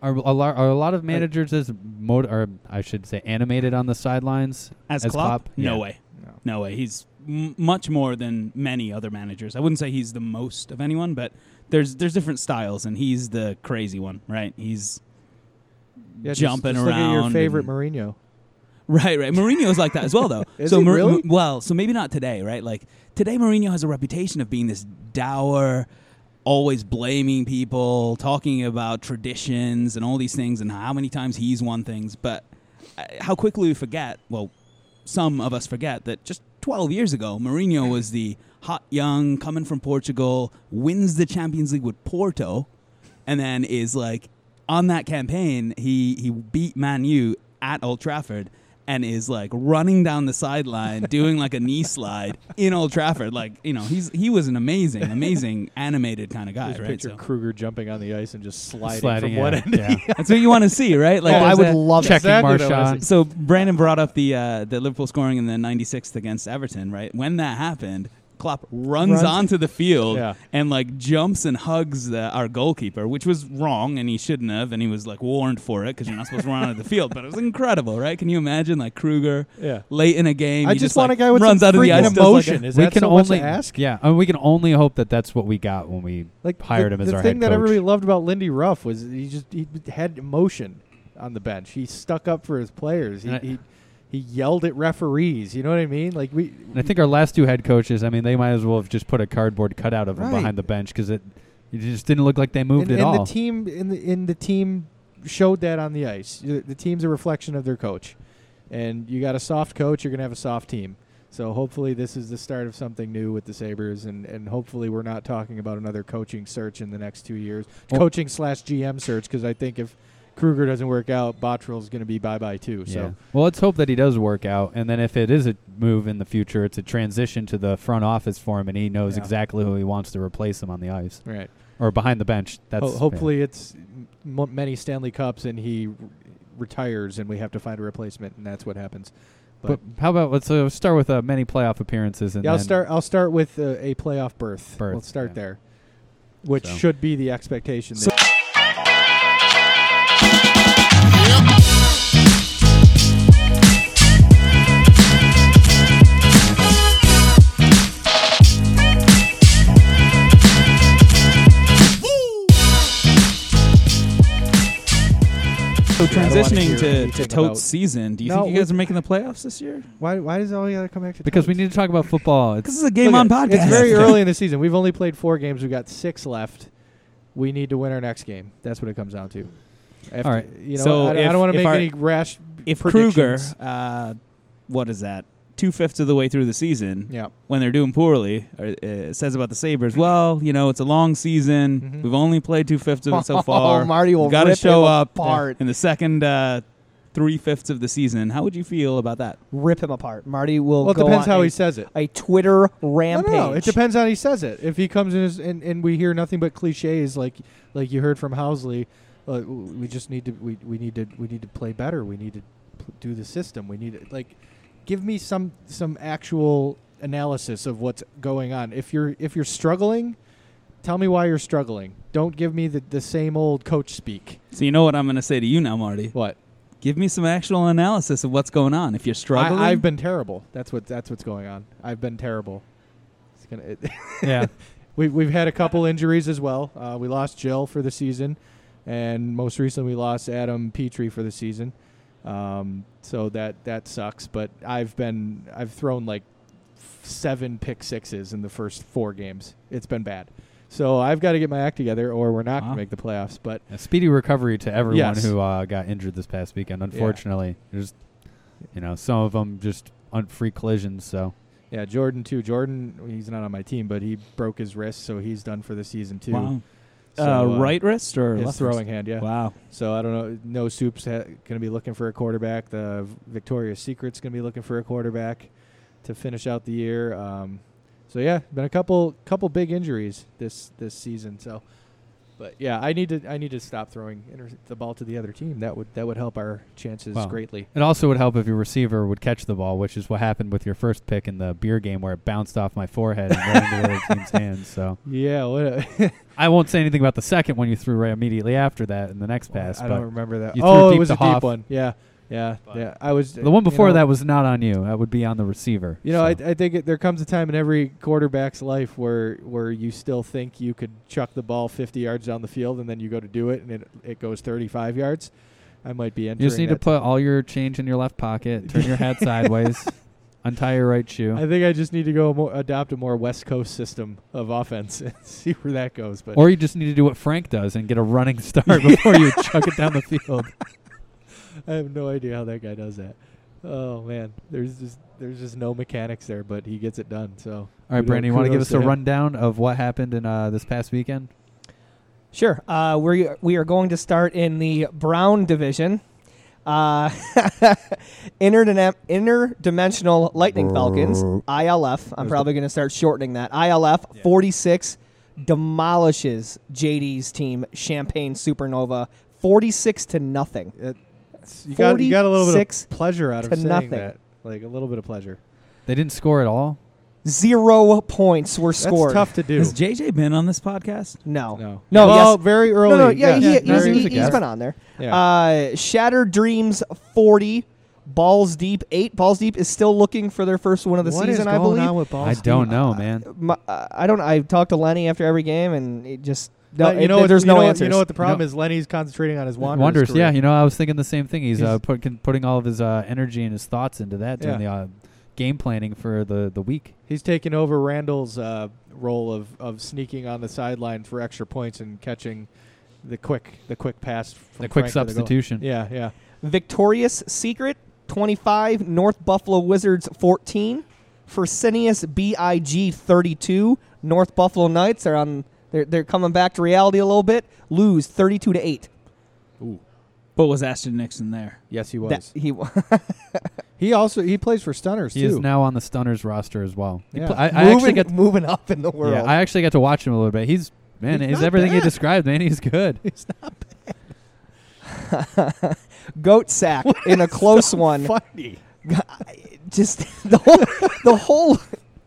Are a lot, are a lot of managers as mot- or I should say animated on the sidelines?
as,
as
Klopp?
Klopp?
No
Yeah.
way.
no.
No way. He's m- much more than many other managers. I wouldn't say he's the most of anyone, but there's there's different styles, and he's the crazy one, right? He's
Yeah, just-
jumping
just
around.
Look at your favorite
and-
Mourinho.
right, right. Mourinho's like that as well, though.
Is
so
he
Mou-
really?
Mou- well, so maybe not today, right? Like today, Mourinho has a reputation of being this dour, always blaming people, talking about traditions and all these things, and how many times he's won things. But uh, how quickly we forget. Well, some of us forget that just 12 years ago, Mourinho was the hot young coming from Portugal, wins the Champions League with Porto, and then is like on that campaign, he he beat Man U at Old Trafford and is like running down the sideline doing like a knee slide in Old Trafford like you know he's he was an amazing amazing animated kind of guy
Just
right
picture
so,
Kruger jumping on the ice and just sliding,
Sliding
from one
out,
end. to
yeah.
the other.
that's what you want to see right like
Oh, I
there's
would
a-
love
checking
exactly
Marchand.
so Brandon brought up the uh, the Liverpool scoring in the 96th against Everton, right? When that happened, Klopp runs,
Runs.
onto the field
Yeah.
and like jumps and hugs the, our goalkeeper, which was wrong and he shouldn't have, and he was like warned for it because you're not supposed to run onto the field. But it was incredible, right? Can you imagine like Kruger
Yeah.
late in a game?
I
he
just, want
like,
a guy with
runs
some
out of the
freaking
ice, does, like,
emotion.
a-
Is
we
that
can
so
only
much to ask?
Yeah, I mean, we can only hope that that's what we got when we
Like the-
hired him as
the
our
thing
head
that
coach.
everybody loved about Lindy Ruff was he just he had emotion on the bench. He stuck up for his players. He
And I-
he, he yelled at referees. You know what I mean? Like we
and I think our last two head coaches, I mean, they might as well have just put a cardboard cutout of him
Right.
behind the bench because it, it just didn't look like they moved at
and, and
all.
the team in the in the team showed that on the ice. The the team's a reflection of their coach, and you got a soft coach, you're gonna have a soft team. So hopefully this is the start of something new with the Sabers, and and hopefully we're not talking about another coaching search in the next two years,
Well-
coaching slash GM search, because I think if Kruger doesn't work out, Bottrell's going to be bye bye too.
Yeah.
So
well, let's hope that he does work out, and then if it is a move in the future, it's a transition to the front office for him, and he knows
Yeah.
exactly who he wants to replace him on the ice
right,
or behind the bench. That's
Ho- hopefully it's m- many Stanley Cups and he r- retires and we have to find a replacement and that's what happens.
But how about let's uh, start with uh, many playoff appearances and
yeah, I'll
then-
start. I'll start with uh, a playoff berth.
Berth,
Let's start
yeah.
there, which
So.
should be the expectation.
So-
that-
So
Yeah, I don't wanna
transitioning to,
hear
to
anything about-
Tote's season, do you
No,
think you
we-
guys are making the playoffs this year?
why? Why does all you gotta come back to?
because we
Toads?
need to talk about football. It's
This is a game on
Look at-
podcast.
It's very early in the season. We've only played four games. We've got six left. We need to win our next game. That's what it comes down to. After-
right.
You know,
So
I, I
if-
don't want to
if
make
our-
any rash.
If Kruger,
predictions.
uh, what is that? Two fifths of the way through the season,
Yeah.
when they're doing poorly, or, uh, says about the Sabers. Well, you know, it's a long season.
Mhm.
We've only played two fifths of it
Oh,
so far.
Oh, Marty will
Got to
rip
show
him
up
apart.
in the second uh, three fifths of the season. How would you feel about that?
Rip him apart. Marty will.
Well, it
go
depends
on
how
a,
he says it.
a Twitter
No,
rampage.
no, no. It depends how he says it. If he comes in his- and, and we hear nothing but cliches, like like you heard from Housley, uh, w- we just need to we, we need to we need to play better. We need to p- do the system. We need to, like give me some some actual analysis of what's going on. If you're if you're struggling, tell me why you're struggling. Don't give me the, the same old coach speak.
So you know what I'm going to say to you now, Marty.
What
Give me some actual analysis of what's going on. If you're struggling,
I, I've been terrible. That's what that's what's going on. I've been terrible. It's gonna. It,
yeah.
We've, we've had a couple injuries as well. Uh, we lost Jill for the season, and most recently we lost Adam Petrie for the season. Um, so that that sucks. But I've been I've thrown like f- seven pick sixes in the first four games. It's been bad. So I've got to get my act together, or we're not
Wow.
gonna make the playoffs. But
A speedy recovery to everyone
Yes.
who uh, got injured this past weekend. Unfortunately, there's you know some of them just on free collisions. So
yeah, Jordan too. Jordan, he's not on my team, but he broke his wrist, so he's done for the season too.
wow.
So,
uh, right wrist or
his
left
throwing hand. Yeah.
Wrist? Wow.
So I don't know. No soup's ha- going to be looking for a quarterback. The V- Victoria's Secret's going to be looking for a quarterback to finish out the year. Um, so yeah, been a couple couple big injuries this this season. So, but yeah, I need to I need to stop throwing inter- the ball to the other team. That would that would help our chances
Well,
greatly.
it also would help if your receiver would catch the ball, which is what happened with your first pick in the beer game where it bounced off my forehead and went into the other team's hands. So
Yeah. What a
I won't say anything about the second one you threw right immediately after that in the next pass.
I
but
don't remember that.
you threw
oh,
deep
it was
to
a
Hoff.
deep one. Yeah. Yeah.
But
yeah. I was
the one
you
before
know,
that was not on you. That would be on the receiver.
You know,
so.
I, I think it, there comes a time in every quarterback's life where where you still think you could chuck the ball 50 yards down the field, and then you go to do it, and it it goes 35 yards. I might be entering.
You just need to
that
put all your change in your left pocket, turn your hat sideways, untie your right shoe,
I think I just need to go more, adopt a more West Coast system of offense and see where that goes. But
or you just need to do what Frank does and get a running start before you chuck it down the field.
I have no idea how that guy does that. Oh man, there's just there's just no mechanics there, but he gets it done. So
All right,
Kudos-
Brandon, you want to give
kudos
us a
him.
rundown of what happened in uh, this past weekend?
Sure. Uh, we we are going to start in the Brown division. Uh, interdinem- interdimensional Lightning Falcons (ILF). I'm
There's
probably going to start shortening that. ILF 46 demolishes JD's team, Champagne Supernova, 46 to nothing.
It's- you got you got a little bit
46
of pleasure out of
to
saying
nothing.
that, like a little bit of pleasure.
They didn't score at all.
Zero points were scored.
That's tough to do.
Has JJ been on this podcast?
No.
No.
No,
Well,
yes.
very early.
No, no, yeah,
yes.
he, he's,
no, he was
he,
a
he's
guest.
been on there.
Yeah.
Uh, Shattered Dreams 40, Balls Deep 8. Balls Deep is still looking for their first win of the
What is
season, I
going
believe.
on with Ball
I
State?
don't know, man.
My, uh, I don't I talked to Lenny after every game, and it just. No,
But you
it-
know, what-
there's
you
no
know, what-
answers.
You know what the problem
No.
is? Lenny's concentrating on his wanders.
Wonders,
career.
yeah. You know, I was thinking the same thing. He's, uh,
He's-
put, can, putting all of his uh, energy and his thoughts into that during
Yeah.
the uh, game planning for the, the week.
He's taking over Randall's uh, role of, of sneaking on the sideline for extra points and catching the quick the quick pass. From
the quick
Frank to goal.
substitution.
yeah, yeah.
Victorious Secret 25, North Buffalo Wizards 14, Fresenius BIG 32. North Buffalo Knights are on. They're, they're coming back to reality a little bit. Lose 32 to 8.
But was Ashton Nixon there?
Yes, he was.
That he wa-
he also he plays for Stunners
He
too.
is now on the Stunners roster as well. He
Yeah.
pl- I, I actually
moving,
got
moving up in the world.
yeah, I actually got to watch him a little bit. He's man,
He's
he's,
not
everything he
bad.
described. Man, he's good.
Goat sack in a close one.
funny.
Just the whole, the whole,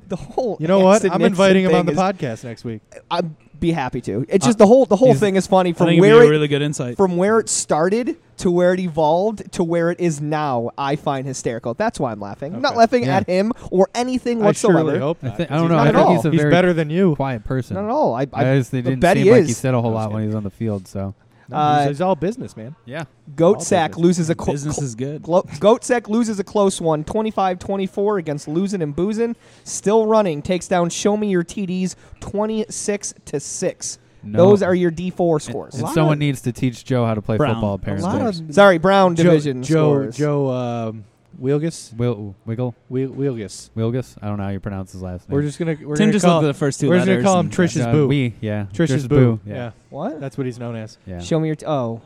the whole.
You know what?
Exit
I'm
Nixon
inviting him
thing
on the
is-
podcast next week.
I'd be happy to. It's just the whole the whole
he's-
thing is funny
I
from
think it'd
where
be
it
a really good insight.
from where it started to where it evolved to where it is now. I find hysterical. That's why I'm laughing. I'm not
Okay.
laughing
Yeah.
at him or anything
I surely
whatsoever.
hope
I,
not,
think, I
'cause
don't
he's
know.
not
I
at
think
all.
he's a
He's
very
better than you.
quiet person.
Not at all. I,
I,
I,
just- they didn't
bet
seem
he
like he
is.
said a whole
I was
lot when he was on the field. So
No,
Uh,
he's, he's all business, man.
yeah,
Goat
I'll
sack
take it.
loses a cl-
Business is good.
Glo- Goatsek loses a close one, 25-24 against Losing and Boozin. Still running, takes down Show Me Your TDs, 26 to six.
No.
Those are your D4 scores.
and
lot
someone
of-
needs to teach Joe how to play
Brown.
football.
A
Apparently,
Sorry, Brown division
Joe
scores.
Joe um, Wilgus
Will, Wiggle
Wil- Wilgus.
Wilgus. I don't know how you pronounce his last name.
We're just gonna we're
Tim
gonna
just
call
looked at the first two
we're just gonna
letters.
call him
and-
Trish's
Uh,
boo.
we yeah.
Trish's
Trish's
boo.
Yeah.
Yeah.
What?
that's what he's known as.
Yeah.
Show Me Your... T- oh.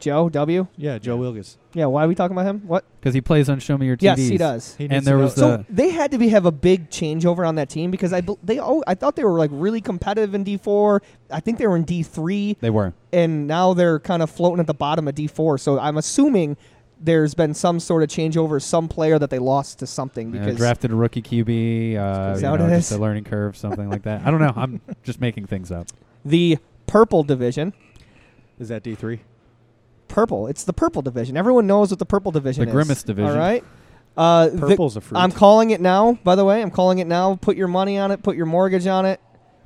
Joe W?
Yeah, Joe Wilgus.
Yeah, why are we talking about him? What?
Because he plays on Show Me Your TVs.
Yes, he does.
He needs
And
to
there
know-
was
So
the-
they had to be have a big changeover on that team because I bel- they oh I thought they were like really competitive in D four. I think they were in D three,
They were. Uh,
and now they're kind of floating at the bottom of D four. So I'm assuming there's been some sort of changeover, some player that they lost to something
Yeah,
because
drafted a rookie QB. Uh,
Is
you
that what
know,
it
just
is?
a learning curve, something like that. I don't know. I'm just making things up.
the purple division,
is that D three?
purple, it's the purple division. Everyone knows what the purple division
The
is.
Grimace division.
All right, uh, the-
Purple's a fruit.
I'm calling it now. By the way, I'm calling it now. Put your money on it. Put your mortgage on it.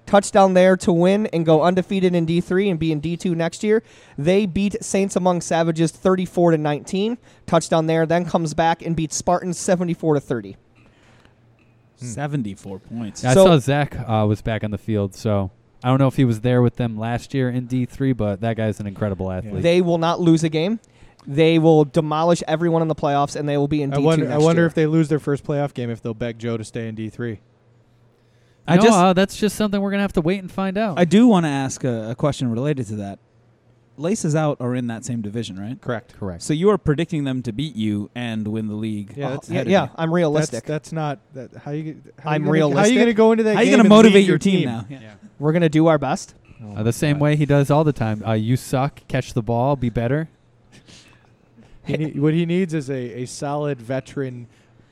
Touchdown there to win and go undefeated in D3 and be in D2 next year. They beat Saints Among Savages 34 to 19. Touchdown there. Then comes back and beats Spartans 74 to 30.
Seventy-four points.
I
So-
saw Zach uh, was back on the field, so I don't know if he was there with them last year in D3, but that guy's an incredible athlete.
They will not lose a game. They will demolish everyone in the playoffs and they will be in D2
I wonder I
next
wonder
year.
if they lose their first playoff game if they'll beg Joe to stay in D three.
I
no,
just
uh, that's just Oh. something we're gonna have to wait and find out.
I do want to ask a, a question related to that. Laces out are in that same division, right?
Correct.
Correct.
So you are predicting them to beat you and win the league.
Yeah, that's
Uh, yeah,
ahead of
yeah,
you.
I'm
That's,
realistic.
that's not that how you how
I'm
you gonna, How
realistic.
you gonna go into that
How are you
game
going to
and lead
motivate your team,
team
now? Yeah. Oh,
We're going to do our best.
Uh, the same way he does all the time. Uh, you suck. Catch the ball. Be better.
He need- what he needs is a, a solid veteran.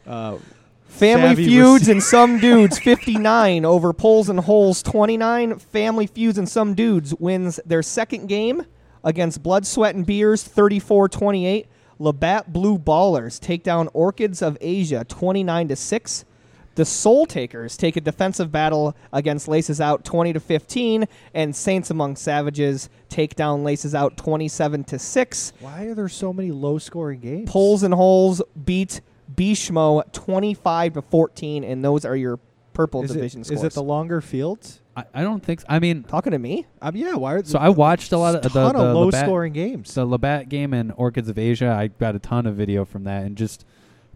Uh,
Family
Savvy
Feuds
rece-
and Some Dudes 59 over Poles and Holes 29. Family Feuds and Some Dudes wins their second game against Blood, Sweat, and Beers 34 28. Labatt Blue Ballers take down Orchids of Asia 29 to 6. The Soul Takers take a defensive battle against Laces Out 20 to 15. And Saints Among Savages take down Laces Out 27 to 6.
why are there so many low scoring games?
Poles and Holes beat Bishmo 25 to 14, and those are your purple
is
division
it,
scores.
Is it the longer fields?
I, I don't think. So. I mean,
Talking to me?
Um, yeah. Why? Are
so I watched a lot of the,
ton
the
of low
Labatt-
scoring games.
So Labatt game and Orchids of Asia, I got a ton of video from that, and just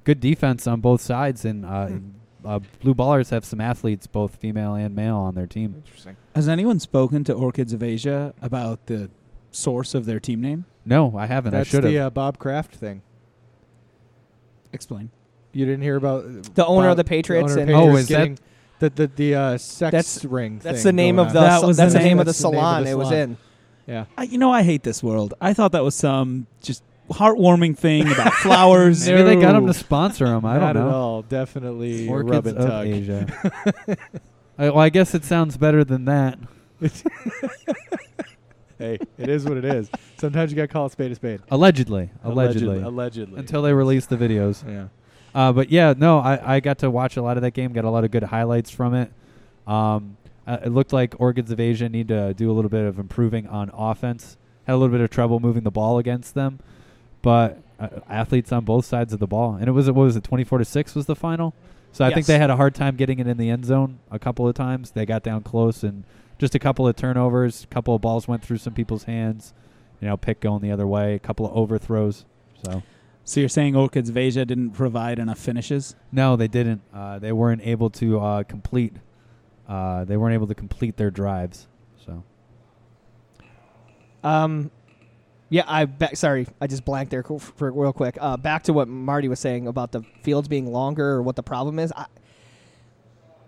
good defense on both sides. And uh,
Hmm.
uh, blue ballers have some athletes, both female and male, on their team.
Interesting.
Has anyone spoken to Orchids of Asia about the source of their team name?
No, I haven't. I
That's
should have.
the uh, Bob Kraft thing.
Explain.
You didn't hear about
The owner of the Patriots
The
and-
owner
Oh,
of Patriots
is that-
getting the the the uh, sex
That's-
ring.
That's
thing
the name
going
of
on.
the
That
sa-
was
that's
the
the name
name-
of the
that's the name of
salon
the
it was
salon.
in.
yeah.
I, you know, I hate this world. I thought that was some just heartwarming thing about flowers.
Maybe they got him to sponsor him. I
Not
don't know.
at all. Definitely
Orchids
rub and
of
tug.
Asia. I, well, I guess it sounds better than that.
Hey, it is what it is. Sometimes you got to call a spade a spade.
Oh. Allegedly, allegedly,
Allegedly. Allegedly.
until they release the videos.
yeah.
Uh, but yeah, no, I, I got to watch a lot of that game. Got a lot of good highlights from it. Um, uh, it looked like Orchids of Asia need to do a little bit of improving on offense. Had a little bit of trouble moving the ball against them, but uh, athletes on both sides of the ball. And it was what was it twenty four to six was the final. So I think
Yes.
they had a hard time getting it in the end zone a couple of times. They got down close and just a couple of turnovers. A couple of balls went through some people's hands. You know, pick going the other way. A couple of overthrows. So
So you're saying Orchids of Asia didn't provide enough finishes?
no, they didn't. Uh, they weren't able to uh, complete. Uh, they weren't able to complete their drives. So
Um, Yeah, I ba- sorry, I just blanked there co- for real quick. Uh, back to what Marty was saying about the fields being longer or what the problem is. I,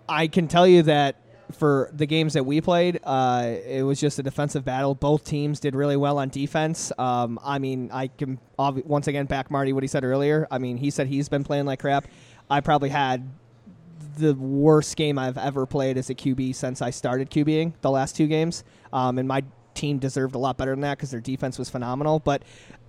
I can tell you that for the games that we played, uh, it was just a defensive battle. Both teams did really well on defense. Um, I mean, I can obvi- once again back Marty what he said earlier. I mean, he said he's been playing like crap. I probably had the worst game I've ever played as a QB since I started QBing the last two games. Um, and my team deserved a lot better than that because their defense was phenomenal. But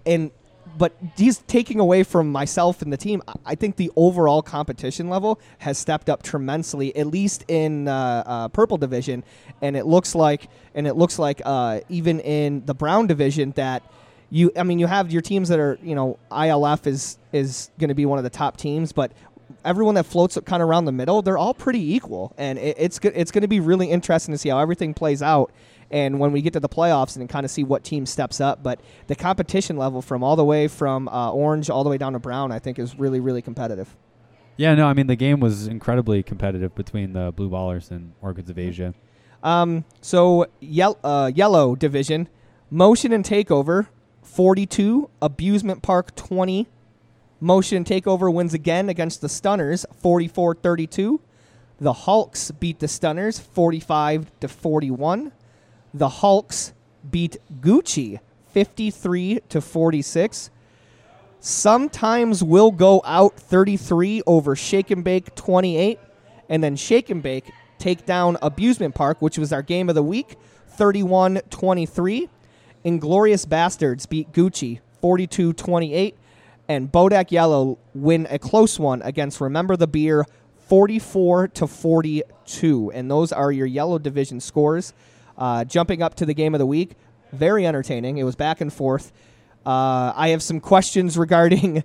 and but he's taking away from myself and the team. I- I think the overall competition level has stepped up tremendously, at least in uh, uh, purple division. And it looks like and it looks like uh, even in the brown division that you I mean you have your teams that are you know ILF is is going to be one of the top teams, but everyone that floats kind of around the middle, they're all pretty equal, and it, it's go- it's going to be really interesting to see how everything plays out, and when we get to the playoffs and kind of see what team steps up. But the competition level from all the way from uh, orange all the way down to brown, I think, is really really competitive.
Yeah, no, I mean the game was incredibly competitive between the Blue Ballers and Orchids of Asia.
Um, so yel- uh, yellow division, motion and takeover, forty-two, abusement park twenty. Motion and takeover wins again against the Stunners, 44-32. The Hulks beat the Stunners, 45 to 41. The Hulks beat Gucci, 53 to 46. Sometimes we'll go out 33 over Shake and Bake 28, and then Shake and Bake take down Abusement Park, which was our game of the week, 31 23. Inglorious Bastards beat Gucci 42 28, and Bodak Yellow win a close one against Remember the Beer 44 to 42. And those are your yellow division scores. Uh, jumping up to the game of the week, very entertaining. It was back and forth. Uh, I have some questions regarding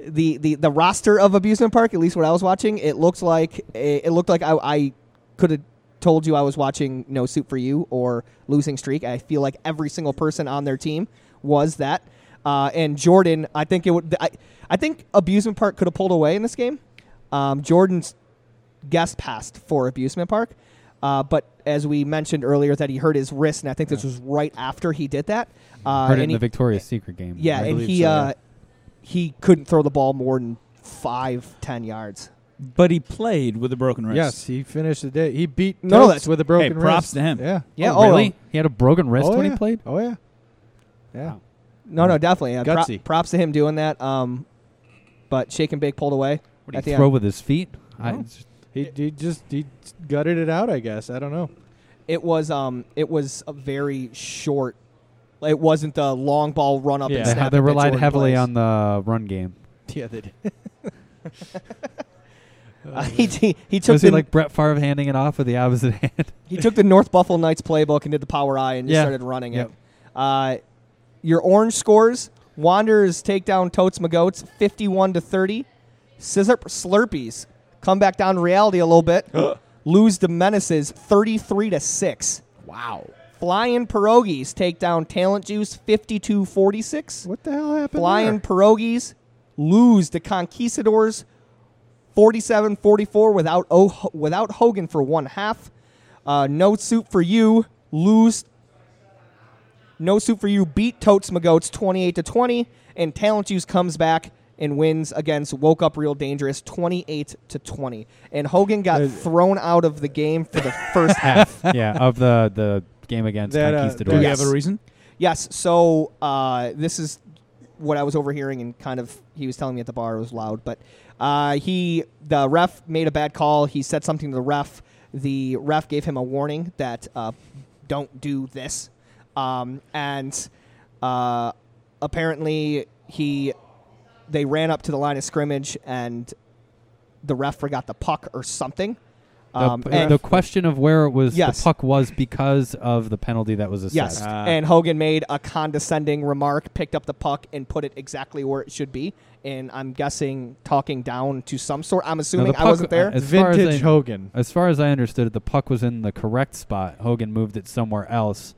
the, the the roster of Abusement Park. At least what I was watching, it looked like it, it looked like I, I could have told you I was watching No Soup for You or Losing Streak. I feel like every single person on their team was that. Uh, and Jordan, I think it would. I, I think Abusement Park could have pulled away in this game. Um, Jordan's guest passed for Abusement Park. Uh, but as we mentioned earlier, that he hurt his wrist, and I think this was right after he did that. Uh,
Heard it
and
in
he-
the Victoria's Secret game.
yeah,
I
and
believe
he
so, yeah.
uh, he couldn't throw the ball more than five, ten yards.
But he played with a broken wrist.
Yes, he finished the day. He beat
No,
Totes
that's-
with a broken
props
wrist.
to him.
Yeah.
Yeah,
oh,
oh,
really? He had a broken wrist
oh,
when
yeah.
he played.
Oh yeah. Yeah.
Wow.
No, no, definitely. Yeah, pro-
Gutsy.
props to him doing that. Um, but shake and bake pulled away.
What
At
did he
the
throw
end.
with his feet? I,
No. He, he just he gutted it out. I guess I don't know.
It was um, it was a very short. It wasn't the long ball run up.
Yeah.
and
they,
snap
they
it that
relied
Jordan
heavily
plays.
on the run game.
Yeah, they did.
Uh, he, he he took
Was he
the
like Brett Favre handing it off with the opposite hand?
He took the North Buffalo Knights playbook and did the power eye and just
Yeah.
started running
Yep.
it. Uh, your orange scores: Wanderers take down Totes Magoats, fifty-one to thirty. Scissor Slurpees come back down to reality a little bit. lose to Menaces, thirty-three to six.
Wow.
Flying Pierogies take down Talent Juice, 52-46.
what the hell happened?
Flying Pierogies lose to Conquistadors 47-44 without o- without Hogan for one half. Uh, no soup for you lose. No soup for you beat Totes Magoats 28 to 20, and Talent Juice comes back and wins against Woke Up Real Dangerous 28 to 20. And Hogan got
Uh,
thrown out of the game for the first half.
yeah, of the the game against
That, uh,
Do
Conquistadors.
you
Yes.
have a reason?
Yes. So uh, this is what I was overhearing, and kind of he was telling me at the bar it was loud, but uh, he the ref made a bad call. He said something to the ref. The ref gave him a warning that uh, don't do this, um, and uh, apparently he they ran up to the line of scrimmage and the ref forgot the puck or something.
The,
Um,
the
and-
question of where it was
Yes.
the puck was because of the penalty that was assessed.
Yes.
Ah.
And Hogan made a condescending remark, picked up the puck, and put it exactly where it should be. And I'm guessing talking down to some sort. I'm
No, the
assuming I
puck-
wasn't there.
uh,
as far as
Vintage
I-
Hogan.
As far as I understood it, the puck was in the correct spot. Hogan moved it somewhere else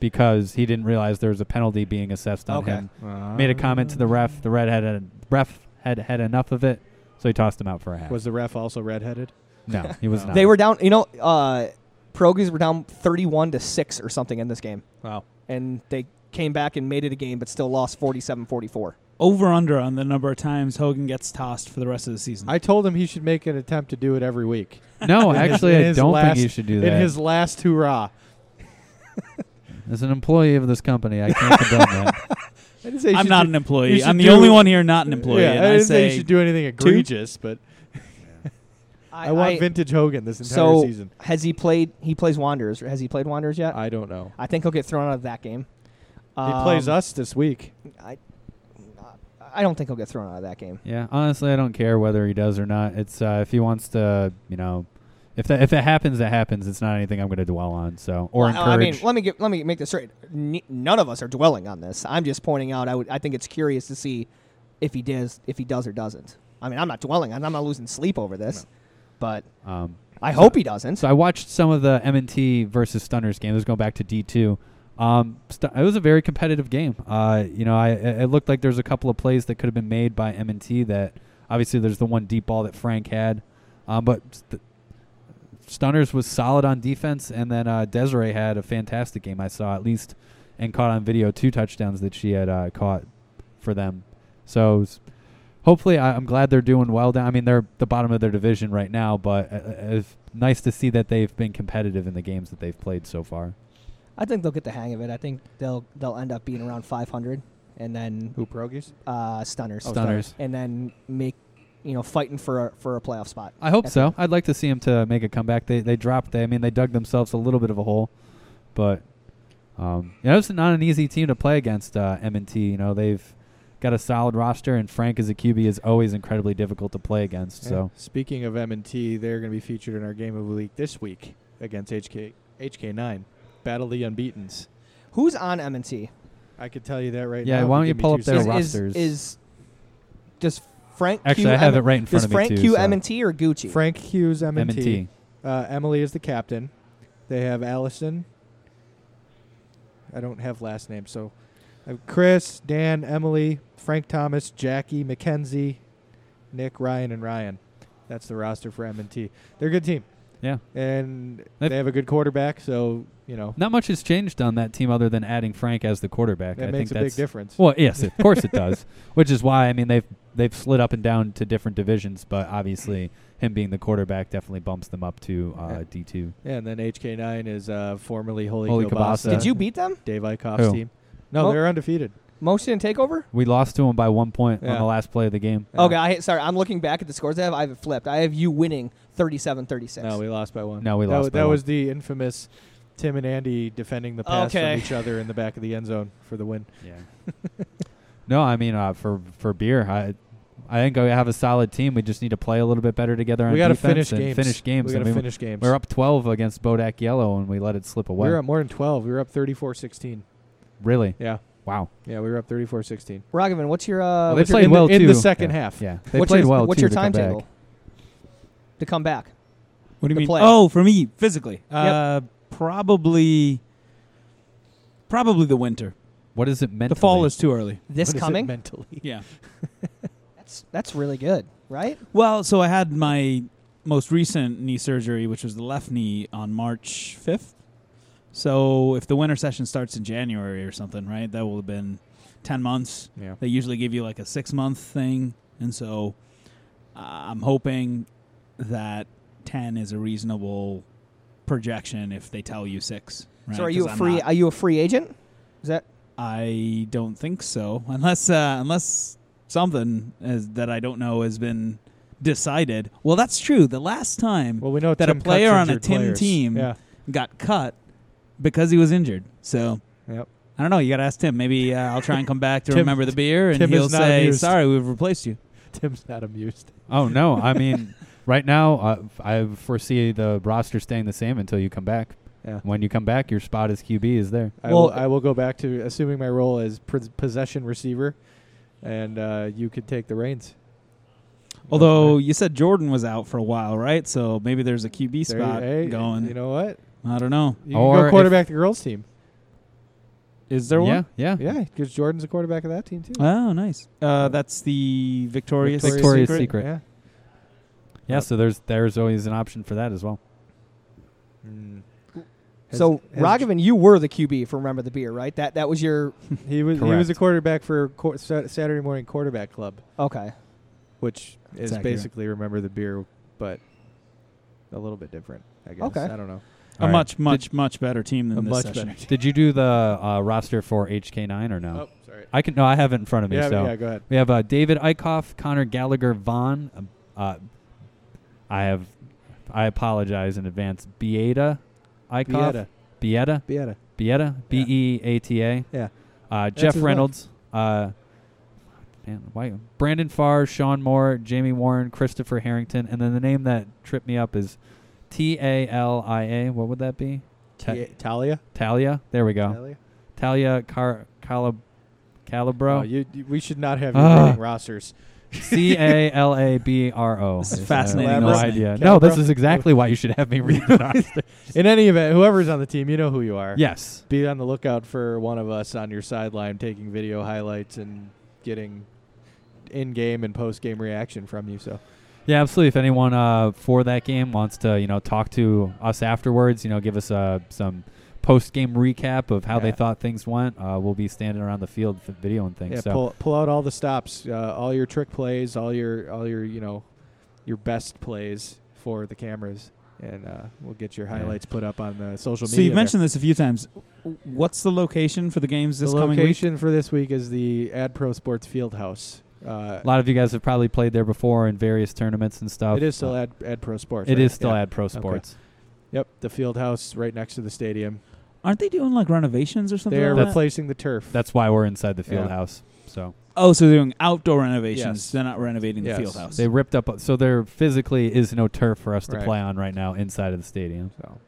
because he didn't realize there was a penalty being assessed on
Okay.
him.
Ah.
Made a comment to the ref. The red had had- ref had had enough of it, so he tossed him out for a half.
Was the ref also redheaded?
no, he was
No.
not.
they were down, you know, uh, Pierogies were down 31 to 6 or something in this game.
Wow.
And they came back and made it a game, but still lost 47-44.
Over under on the number of times Hogan gets tossed for the rest of the season.
I told him he should make an attempt to do it every week.
No,
In his-
actually,
in
I
his
don't
last-
think you should do
In
that.
his last hurrah.
As an employee of this company, I can't condone that.
I didn't say he
I'm
should
not
do-
an
you
employee.
should
I'm the
do-
only one here not an employee.
Yeah,
and
I
I,
didn't think
say
you should do anything egregious, but I, want
I-
vintage Hogan this entire
so
season.
has he played? He plays Wanderers. Has he played Wanderers yet? I,
I don't know.
think he'll get thrown out of that game.
Uh, He plays
Um,
us this week.
I, I don't think he'll get thrown out of that game.
Yeah, honestly, I don't care whether he does or not. It's uh, if he wants to, you know, if that if it happens, it happens. It's not anything I'm going to dwell on. So or
Well, I mean,
encourage.
let me get, let me make this straight. N- none of us are dwelling on this. I'm just pointing out. I would, I think it's curious to see if he does if he does or doesn't. I mean, I'm not dwelling. on it. I'm not losing sleep over this, but
um,
I hope he doesn't.
So I watched some of the M&T versus Stunners game. This is going back to D2. Um, st- it was a very competitive game. Uh, you know, I, it it looked like there's a couple of plays that could have been made by M&T that obviously there's the one deep ball that Frank had. Um, but st- Stunners was solid on defense, and then uh, Desiree had a fantastic game I saw at least and caught on video two touchdowns that she had uh, caught for them. So s- hopefully I, I'm glad they're doing well down. I mean, they're the bottom of their division right now, but uh, uh, it's nice to see that they've been competitive in the games that they've played so far.
I think they'll get the hang of it. I think they'll they'll end up being around 500, and then
Who progies?
uh, stunners,
Oh, Stunners.
and then make you know fighting for a, for a playoff spot.
I hope
That's
so. I'd like to see them to make a comeback. They they dropped. They, I mean, they dug themselves a little bit of a hole, but um, you know, it's not an easy team to play against. Uh, M&T. You know, they've got a solid roster, and Frank as a QB is always incredibly difficult to play against. So
Speaking of M&T, they're going to be featured in our game of the week this week against HK HK9. Battle the Unbeatens.
Who's on M&T?
I could tell you that right
Yeah,
now. if
why don't you
give me
pull
two
up their
seconds.
is, is,
rosters.
is does Frank
actually,
Q
I have
M-
it right in front
does
of me
Frank
too.
Q
so.
M&T or Gucci?
Frank Hughes, M&T.
M&T.
Uh, Emily is the captain. They have Allison. I don't have last names, so I have Chris, Dan, Emily, Frank Thomas, Jackie, Mackenzie, Nick, Ryan, and Ryan. That's the roster for M&T. They're a good team,
Yeah.
and
They've-
they have a good quarterback. So you know
Not much has changed on that team other than adding Frank as the quarterback.
that
I
makes a
think
big
that's
difference.
well, yes, of course it does. Which is why I mean they've they've slid up and down to different divisions, but obviously him being the quarterback definitely bumps them up to uh,
Yeah.
D two.
Yeah, and then HK9 is uh, formerly Holy,
Holy Kielbasa.
Kielbasa,
Did you beat them?
Dave Eichhoff's
Who?
team? No,
Well-
they're undefeated.
Motion and takeover?
We lost to him by one point on
Yeah.
the last play of the game.
Yeah.
Okay, I, sorry. I'm looking back at the scores I have. I have it flipped. I have you winning 37-36.
No, we lost by one.
No, we
that
lost
wa-
by
that
one.
was the infamous Tim and Andy defending the pass
Okay.
from each other in the back of the end zone for the win.
Yeah. no, I mean uh, for for beer, I I think we have a solid team. We just need to play a little bit better together.
we
got to
finish
and
games.
Finish games.
We
I
got to
mean,
finish games.
we We're up twelve against Bodak Yellow, and we let it slip
We
away.
were up more than 12. We were up 34-16.
really?
Yeah.
Wow.
Yeah, we were up 34-16.
Ragavan, what's your uh,
Well, they
which are
played
in the-
well
in the
too.
second
Yeah.
half.
Yeah, they
what's
played
your,
well
What's
too
your
to come back.
timetable to come back?
what do you
the
mean?
play.
Oh, for me physically, uh, probably, probably the winter.
What is it meant?
The fall is too early.
What
This
is it
coming?
mentally.
Yeah.
That's that's really good, right?
Well, so I had my most recent knee surgery, which was the left knee, on March 5th. So if the winter session starts in January or something, right, that will have been 10 months.
Yeah.
They usually give you like a six month thing. And so uh, I'm hoping that 10 is a reasonable projection if they tell you six. Right?
So are you
'Cause
a
I'm
free?
not-
Are you a free agent? Is that
I don't think so, unless uh, unless something is, that I don't know has been decided. Well, that's true. The last time
Well, we know
That a
Tim cuts
player on a
injured
Tim
players.
team-
Yeah.
got cut because he was injured. So
Yep.
I don't know. You got to ask Tim. Maybe uh, I'll try and come back to
Tim-
remember the beer, and
Tim
he'll
is not
say,
amused.
"Sorry, we've replaced you."
Tim's not amused.
Oh no! I mean, right now uh, I foresee the roster staying the same until you come back.
Yeah. Uh,
When you come back, your spot as QB is there.
I,
Well-
will, I will go back to assuming my role as pos- possession receiver, and uh, you could take the reins.
Although you said Jordan was out for a while, right? So maybe there's a QB
There-
spot
hey,
going.
You know what?
I don't know.
You
Or
can
if-
go quarterback the girls team.
Is there
yeah,
one?
yeah,
Yeah, because Jordan's a quarterback of that team too.
Oh, nice. Uh, that's the Victorious,
Victoria's
Secret.
Secret.
Yeah.
Yeah, So there's there's always an option for that as well.
Mm. Has-
so
has-
Ragavan, you were the QB for Remember the Beer, right? That that was your
He was he
Correct.
was a quarterback for quar- Sa- Saturday morning quarterback club,
okay.
which is
accurate.
basically remember the beer, but a little bit different. I guess
Okay.
I don't know.
a
All right.
much, much, much better team than
a
this
much
session.
better.
Did you do the uh, roster for HK9 or no?
Oh, sorry.
I can. No, I have it in front of me.
Yeah,
so
yeah. Go ahead.
we have uh, David Eichhoff, Connor Gallagher, Vaughn. um, Uh, I have. I apologize in advance. Bieta, Eichhoff,
Bieta.
Bieta,
Bieta.
Bieta, B E A T A.
Yeah.
Uh, Jeff
his
Reynolds. Uh, man, why? Brandon Farr, Sean Moore, Jamie Warren, Christopher Harrington, and then the name that tripped me up is T A L I A. What would that be? Ta-
Ta- Talia.
Talia. There we go.
Talia?
Talia Car- Calib-
Oh,
Calabro.
you, you- we should not have you
Ah.
reading rosters.
C A L A B R O.
This is
Yes, I have
fascinating
No
listening.
idea.
Calabro.
No, this is exactly why you should have me read the roster.
In any event, whoever's on the team, you know who you are.
Yes.
Be on the lookout for one of us on your sideline taking video highlights and getting in-game and post-game reaction from you. So
Yeah, absolutely. If anyone uh, for that game wants to, you know, talk to us afterwards, you know, give us uh, some post-game recap of how they
Yeah.
thought things went. Uh, we'll be standing around the field f- video and things.
Yeah,
so
pull, pull out all the stops, uh, all your trick plays, all your all your you know, your best plays for the cameras, and uh, we'll get your
Yeah.
highlights put up on the social
So
media.
you've
there.
mentioned this a few times. What's the location for the games this
the
coming week?
location for this week is the Ad Pro Sports Fieldhouse. Uh,
a lot of you guys have probably played there before in various tournaments and stuff.
it is still
Uh,
Ad, Ad Pro Sports.
It
right?
is still
Yeah.
at Pro Sports.
Yep, the Fieldhouse right next to the stadium.
Aren't they doing like renovations or something?
They're
like that?
replacing the turf.
That's why we're inside the field
Yeah.
house. So
oh, so they're doing outdoor renovations.
Yes.
They're not renovating
Yes.
the field house.
they ripped up. So there physically is no turf for us to
Right.
play on right now inside of the stadium.
So,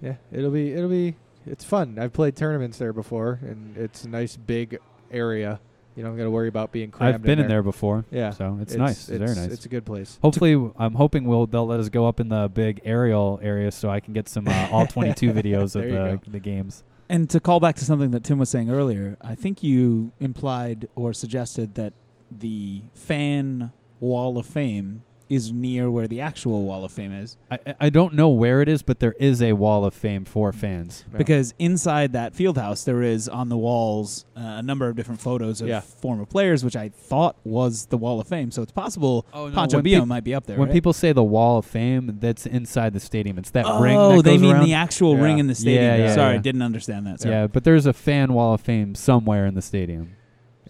yeah, it'll be it'll be it's fun. I've played tournaments there before, and it's a nice big area. You don't got to worry about being crammed.
I've been in there, before.
Yeah,
So it's, nice. It's, very nice.
It's a good place.
Hopefully, I'm hoping we'll they'll let us go up in the big aerial area so I can get some uh, all 22 videos
There you
of the, the games.
And to call back to something that Tim was saying earlier, I think you implied or suggested that the fan wall of fame is near where the actual wall of fame is.
I, I- I don't know where it is, but there is a wall of fame for fans.
Yeah.
Because inside that field house, there is on the walls uh, a number of different photos of
Yeah.
former players, which I thought was the wall of fame. So it's possible
Oh, no,
Pancho
when
Villa
peop-
might be up there.
when
right?
people say the wall of fame, that's inside the stadium. It's that
oh,
ring. that
they
goes
mean
around.
the actual
Yeah.
ring in the stadium.
Yeah, yeah,
Sorry,
yeah.
didn't understand that. Sorry.
yeah, but there's a fan wall of fame somewhere in the stadium.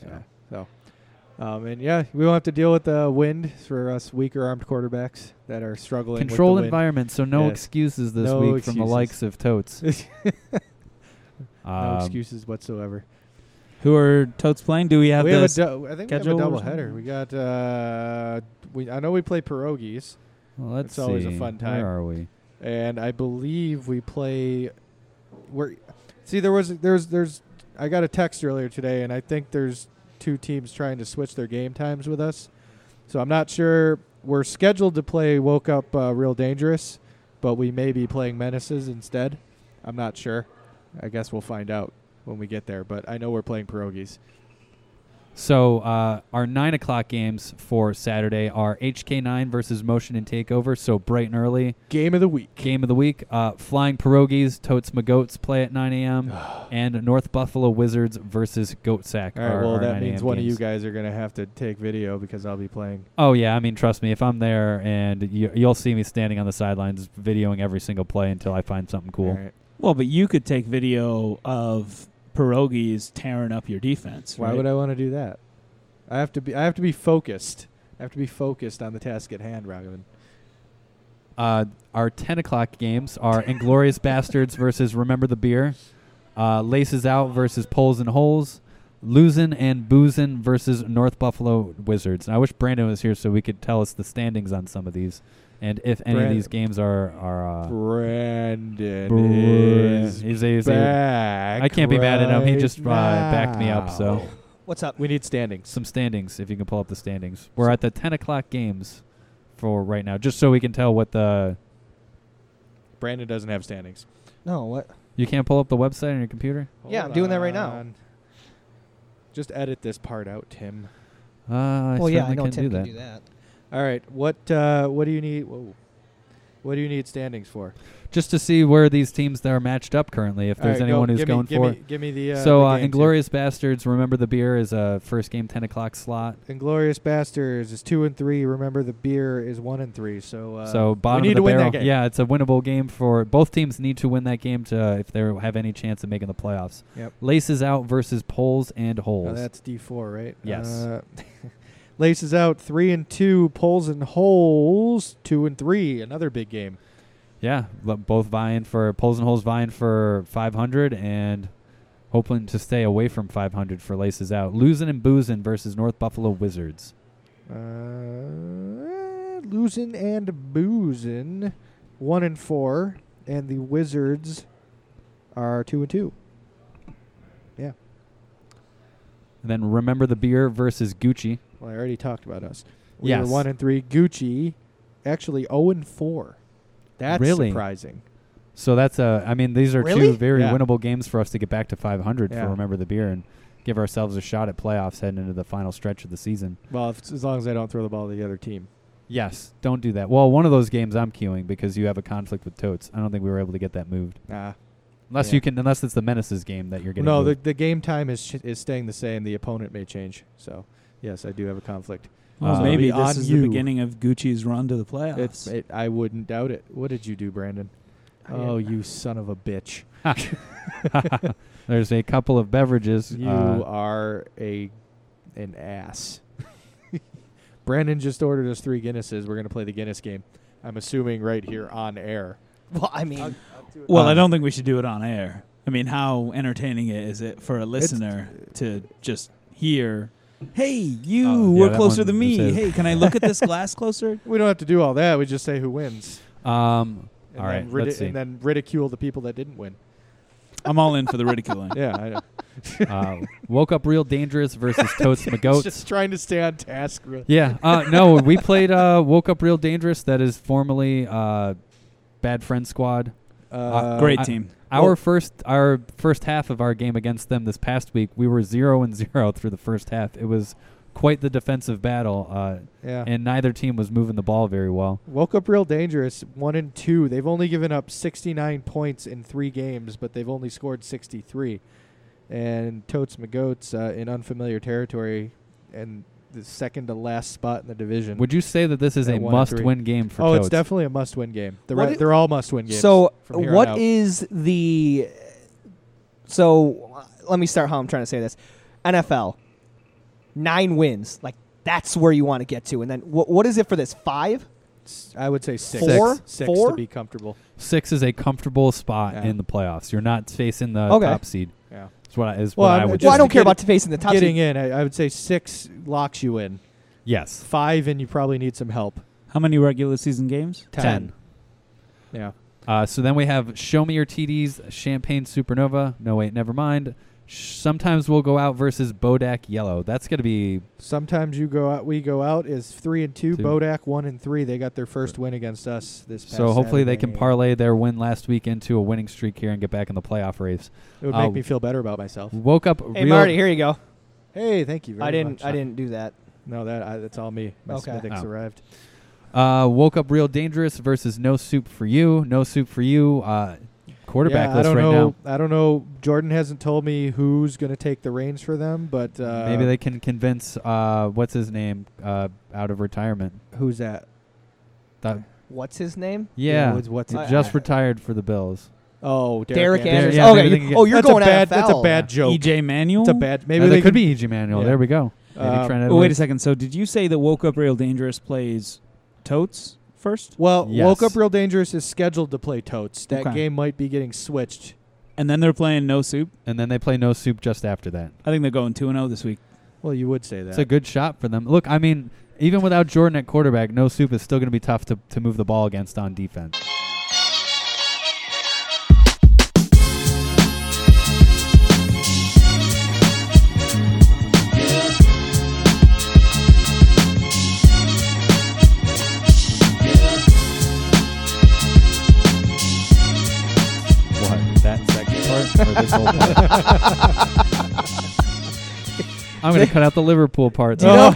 Yeah. So, um, and yeah, we won't have to deal with the wind for us weaker armed quarterbacks that are struggling.
Controlled
with the wind.
environment, so no
Yeah.
excuses this
No
week from the
excuses.
likes of Totes.
no
Um,
excuses whatsoever.
Who are Totes playing? Do we have
we have a
this?
dou- I think we have a
schedule or
double
something?
header. We got uh, we I know we play pierogies,
well, let's
It's always a
see.
fun time.
Where are we?
and I believe we play. We're see there was there's there's I got a text earlier today, and I think there's two teams trying to switch their game times with us. So I'm not sure. We're scheduled to play Woke Up uh, Real Dangerous, but we may be playing Menaces instead. I'm not sure. I guess we'll find out when we get there. But I know we're playing pierogies.
So uh, our nine o'clock games for Saturday are HK9 versus Motion and Takeover. So bright and early
Game of the week.
game of the week. Uh, Flying Pierogies, Totes Magoats play at 9 a.m. and North Buffalo Wizards versus Goat Sack.
All right.
are
Well,
our
that
9
means
a.m.
one of
games.
you guys are gonna have to take video because I'll be playing.
Oh yeah, I mean, trust me, if I'm there and you, you'll see me standing on the sidelines videoing every single play until I find something cool.
All right.
Well, but you could take video of pierogies tearing up your defense.
Why would I want to do that? I have to be. I have to be focused. I have to be focused on the task at hand, Raghavan.
Uh, our 10 o'clock games are Inglorious Bastards versus Remember the Beer, uh, Laces Out versus Poles and Holes, Losin and Boozin versus North Buffalo Wizards. And I wish Brandon was here so we could tell us the standings on some of these and if any of
Brandon-
these games are. are uh,
Brandon
br-
is
is a- is a-
back.
I can't be mad at him. He
right
just, uh, backed me up,
now.
so.
What's up?
we need standings.
some standings, if you can pull up the standings. We're at the 10 o'clock games for right now, just so we can tell what the.
Brandon doesn't have standings.
No, what?
You can't pull up the website on your computer?
Yeah, I'm doing that right now.
on. Just edit this part out, Tim.
Uh, I
well, yeah, I
certainly
know
can
Tim
do
can
that.
do that.
All right, what uh, what do you need? Whoa. What do you need standings for?
just to see where these teams that are matched up currently. If
All
there's
right, go-
anyone who's
give
going
me, give
for.
me, give me the uh,
so
the
uh,
games
Inglorious Bastards, remember the beer is a first game ten o'clock slot.
here. Inglorious Bastards is two and three. Remember, the beer is one and three. So uh,
so bottom
we need
of the
to win
barrel.
that game.
Yeah, it's a winnable game for both teams. Need to win that game to uh, if they have any chance of making the playoffs.
Yep.
Laces out versus poles and holes.
Oh, that's D four, right?
Yes.
Uh, Laces out three and two. Poles and holes two and three. Another big game.
yeah, lo- both vying for poles and holes vying for 500 and hoping to stay away from 500 for laces out. Losing and boozing versus North Buffalo Wizards.
Uh, losing and boozing, one and four, and the Wizards are two and two.
And then remember the beer versus Gucci.
Well, I already talked about us. We
Yes.
are one and three. Gucci, actually zero and four. That's
Really?
surprising.
So that's a. I mean, these are
Really?
two very
Yeah.
winnable games for us to get back to 500
Yeah.
for remember the beer and give ourselves a shot at playoffs heading into the final stretch of the season.
Well, if, as long as I don't throw the ball to the other team.
Yes, don't do that. Well, one of those games I'm queuing because you have a conflict with Totes. I don't think we were able to get that moved.
Nah.
Unless
Yeah.
you can, unless it's the Menaces game that you're getting.
No, the,
moved.
the game time is sh- is staying the same. The opponent may change. So, yes, I do have a conflict.
Well,
Uh,
maybe
it'll be
this
on
is
you.
the beginning of Gucci's run to the
Ah,
playoffs.
It's, it, I wouldn't doubt it. What did you do, Brandon?
I
Oh,
didn't-
you son of a bitch.
There's a couple of beverages.
You
uh,
are a an ass. Brandon just ordered us three Guinnesses. We're gonna play the Guinness game. I'm assuming right here on air.
Well, I mean,
well, I
um,
don't think we should do it on air. I mean, how entertaining it is it for a listener to just hear, "Hey, you
Oh, yeah,
were
that
closer
one
than me.
is-
Hey, can I look at this glass closer?"
We don't have to do all that. We just say who wins.
um,
And
all
then
right,
ridi-
let's see.
And then ridicule the people that didn't win.
I'm all in for the ridiculing.
Yeah, I know.
uh, woke up real dangerous versus Totes
It's
McGoats.
just trying to stay on task. Really.
Yeah. Uh, no, we played uh, Woke Up Real Dangerous. That is formerly uh, Bad Friend Squad.
Uh,
Ah, Great
I-
team.
Our
Well-
first, our first half of our game against them this past week, we were zero and zero through the first half. It was quite the defensive battle, uh,
Yeah.
and neither team was moving the ball very well.
Woke up real dangerous. One and two. They've only given up 69 points in three games, but they've only scored 63. And Totes McGoats uh, in unfamiliar territory, and the second to last spot in the division.
Would you say that this is
At
a
one and three.
must-win game for?
oh, it's
Toads?
definitely a must-win game. The
What
re-
i-
they're all must-win games.
so
from here on
what
out.
is the? So uh, let me start how I'm trying to say this. NFL, nine wins. Like that's where you want to get to. And then what? What is it for this? Five?
S- I would say six.
Four?
Six
Four?
to be comfortable.
six is a comfortable spot
Yeah.
in the playoffs. You're not facing the
Okay.
top seed.
Yeah.
Is what I, is
Well,
what
I'm
I would.
just-
well, I don't
to
care
get-
about facing the top.
Getting
seed.
in, I, I would say six locks you in.
yes.
Five, and you probably need some help.
How many regular season games?
Ten.
Yeah.
Uh, so then we have Show Me Your TDs, Champagne Supernova. No, wait, never mind. Sh- Sometimes we'll go out versus Bodak Yellow. That's going to be
Sometimes you go out. We go out is three and two.
Two.
Bodak one and three. They got their first win against us this. Past
so. Hopefully they
Saturday.
can parlay their win last week into a winning streak here and get back in the playoff race.
It would make
uh,
me feel better about myself.
Woke up
Hey
real.
Marty, here you go.
Hey, thank you. Very
I didn't.
much.
I didn't do that.
No, that I, that's all me. My
Okay.
Smithix
Oh.
arrived.
Uh, woke up real dangerous versus No Soup for You. No Soup for You. Uh, quarterback
yeah, I
list
don't
right
know. I don't know. Jordan hasn't told me who's going to take the reins for them, but
now.
uh,
Maybe they can convince uh, what's his name uh, out of retirement.
Who's that?
That-
What's his name?
yeah,
what's, what's
I-
it?
just
I-
retired for the Bills.
oh,
Derek,
Derek,
Anderson.
yeah,
okay.
maybe they
you-
can get-
oh, you're
that's
going
a bad.
NFL.
That's a bad joke.
EJ E Manuel.
It's a bad. Maybe
Uh, that
they
could
can-
be EJ Manuel.
yeah.
There we go. Maybe
Uh,
Trent
Oh, wait a
Edwards.
second. So, did you say that Woke Up Real Dangerous plays Totes first,
Well,
Yes.
woke up real dangerous is scheduled to play totes. That
Okay.
game might be getting switched.
and then they're playing No Soup?
and then they play no soup just after that.
I think they're going two and zero this week.
Well, you would say that.
It's a good shot for them. Look, I mean, even without Jordan at quarterback, no soup is still going to be tough to, to move the ball against on defense. What that second part or this whole part? I'm going to cut out the Liverpool part.
Do you know-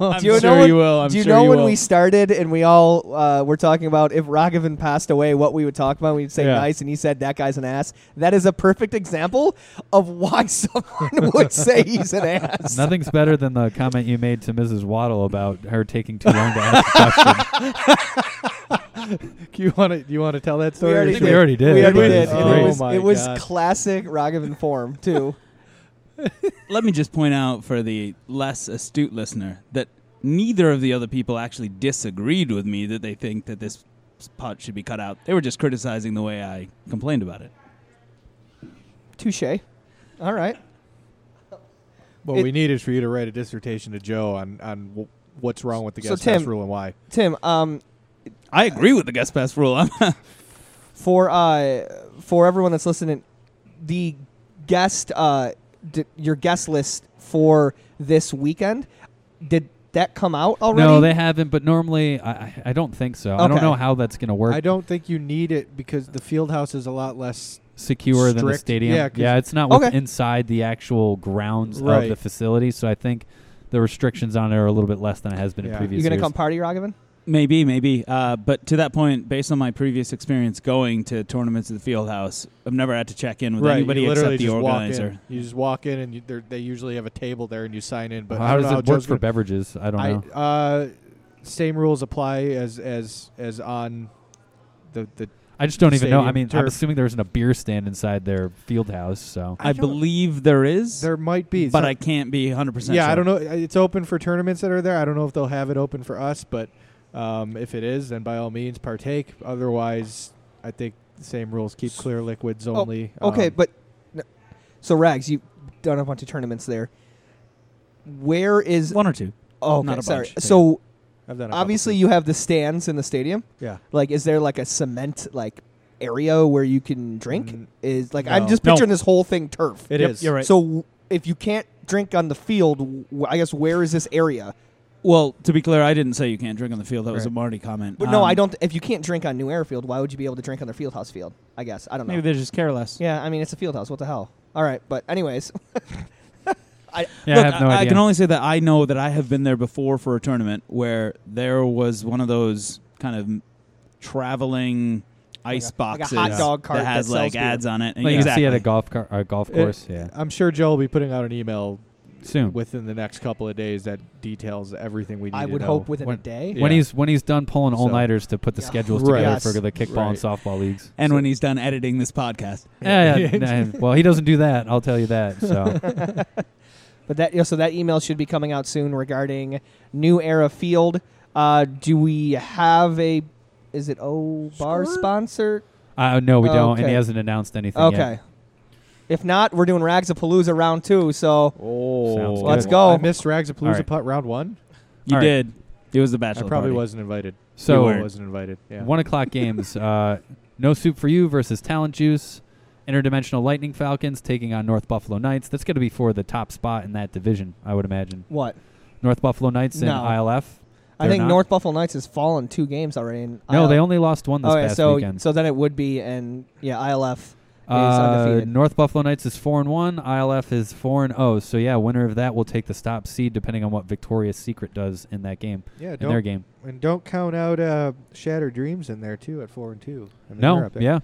I'm
do you know
sure
when-
you will. I'm
Do you
sure
know when
will.
we started and we all uh, were talking about if Ragavan passed away, what we would talk about? We'd say
Yeah.
nice, and he said that guy's an ass. That is a perfect example of why someone would say he's an ass.
Nothing's better than the comment you made to Mrs. Waddle about her taking too long to ask questions.
Do you want to? You want to tell that story?
We already
think we already did.
We already
It was
did. and
great.
it was,
Oh my
it was
God.
classic Ragavan form too.
Let me just point out for the less astute listener that neither of the other people actually disagreed with me that they think that this pot should be cut out. They were just criticizing the way I complained about it.
Touche. All right.
What
It-
we need is for you to write a dissertation to Joe on on wh- what's wrong with the
So,
guest
Tim-
pass rule and why.
Tim, um,
I agree with the guest pass rule. I'm
for uh, for everyone that's listening, the guest uh, d- your guest list for this weekend did that come out already?
No, they haven't. But normally, I, I- I don't think so. I don't
Okay.
know how that's going to work.
I don't think you need it because the field house is a lot less.
secure than the
Strict,
stadium.
yeah, 'cause-
it's not
Okay.
what's inside the actual grounds of
Right.
the facility. So I think the restrictions on it are a little bit less than it has been in
Yeah.
previous
you gonna
years.
come party, Ragavan?
Maybe, maybe. Uh, but to that point, based on my previous experience going to tournaments at the Fieldhouse, I've never had to check in with
right,
anybody
you literally
except the
just walk
organizer.
in. You just walk in and you, they're- they usually have a table there and you sign in. But I
how
don't
does
know
it work
Joe's
for
gonna-
beverages? I don't
I
know.
uh, same rules apply as as as on the the.
I just don't even know. I
stadium
mean, I'm
turf.
assuming there isn't a beer stand inside their field house. So
I,
don't-
believe there is,
there might be,
but
some-
I can't be 100%
yeah,
sure.
I don't know. It's open for tournaments that are there. I don't know if they'll have it open for us, but um, if it is, then by all means partake. Otherwise, I think the same rules keep clear liquids only.
Okay,
Um,
but n- so Rags, you've done a bunch of tournaments there. Where is?
One or two.
Oh, okay,
not a
sorry.
bunch.
So
I've done a couple
obviously
too.
you have the stands in the stadium.
yeah.
Like, is there like a cement like area where you can drink?
Mm,
is like I'm
no.
just
No.
picturing this whole thing turf.
It is.
Yep, you're right.
So w- if you can't drink on the field, w- I guess where is this area?
Well, to be clear, I didn't say you can't drink on the field. That was a
Right.
Marty comment.
But no,
Um,
I don't. If you can't drink on New Airfield, why would you be able to drink on their Fieldhouse field? I guess I don't know.
Maybe they just care less.
yeah, I mean it's a Fieldhouse. What the hell? All right, but anyways, I
yeah, I
Look,
have no idea.
can only say that I know that I have been there before for a tournament where there was one of those kind of traveling ice
like a
boxes
hot dog cart
that has
that sells
like
beer.
ads on it. And
Like, you can
exactly.
see at a golf car, a golf
It-
course. yeah,
I'm sure Joe will be putting out an email
soon.
within the next couple of days that details everything we need
I
to
would
know.
hope within a
When-
day.
When
Yeah.
he's when he's done pulling
So-
all nighters to put the
Yeah.
schedules
Right.
together
Yes.
for the kickball and
Right.
softball leagues.
and when he's done editing this podcast.
Yeah, yeah, nah, well, he doesn't do that. I'll tell you that. So
But that yeah, so that email should be coming out soon regarding New Era Field. Uh, do we have a? Is it O Bar
Sure.
sponsor?
uh, no, we don't, and
Okay.
he hasn't announced anything yet.
Okay. If not, we're doing Ragzapalooza round two. So
Oh,
Sounds Let's
good. go.
I missed Ragzapalooza
All right.
putt round one.
You
All right.
did. It was the bachelor.
I probably
party.
wasn't invited.
So
I wasn't invited. Yeah.
One o'clock games. uh, no soup for you versus Talent Juice. Interdimensional Lightning Falcons taking on North Buffalo Knights. That's going to be for the top spot in that division, I would imagine.
what?
North Buffalo Knights and
No.
ILF.
I
They're
think
not?
North Buffalo Knights has fallen two games already. And
No,
IL
they only lost one this
okay,
past
Oh, so
weekend.
so then it would be and yeah, ILF.
uh,
undefeated.
North Buffalo Knights is four and one. ILF is four and zero. So yeah, winner of that will take the stop seed, depending on what Victoria's Secret does in that game,
yeah.
in
Don't
their game.
And don't count out uh, Shattered Dreams in there too at four and two. I mean, they're
No,
up there.
yeah.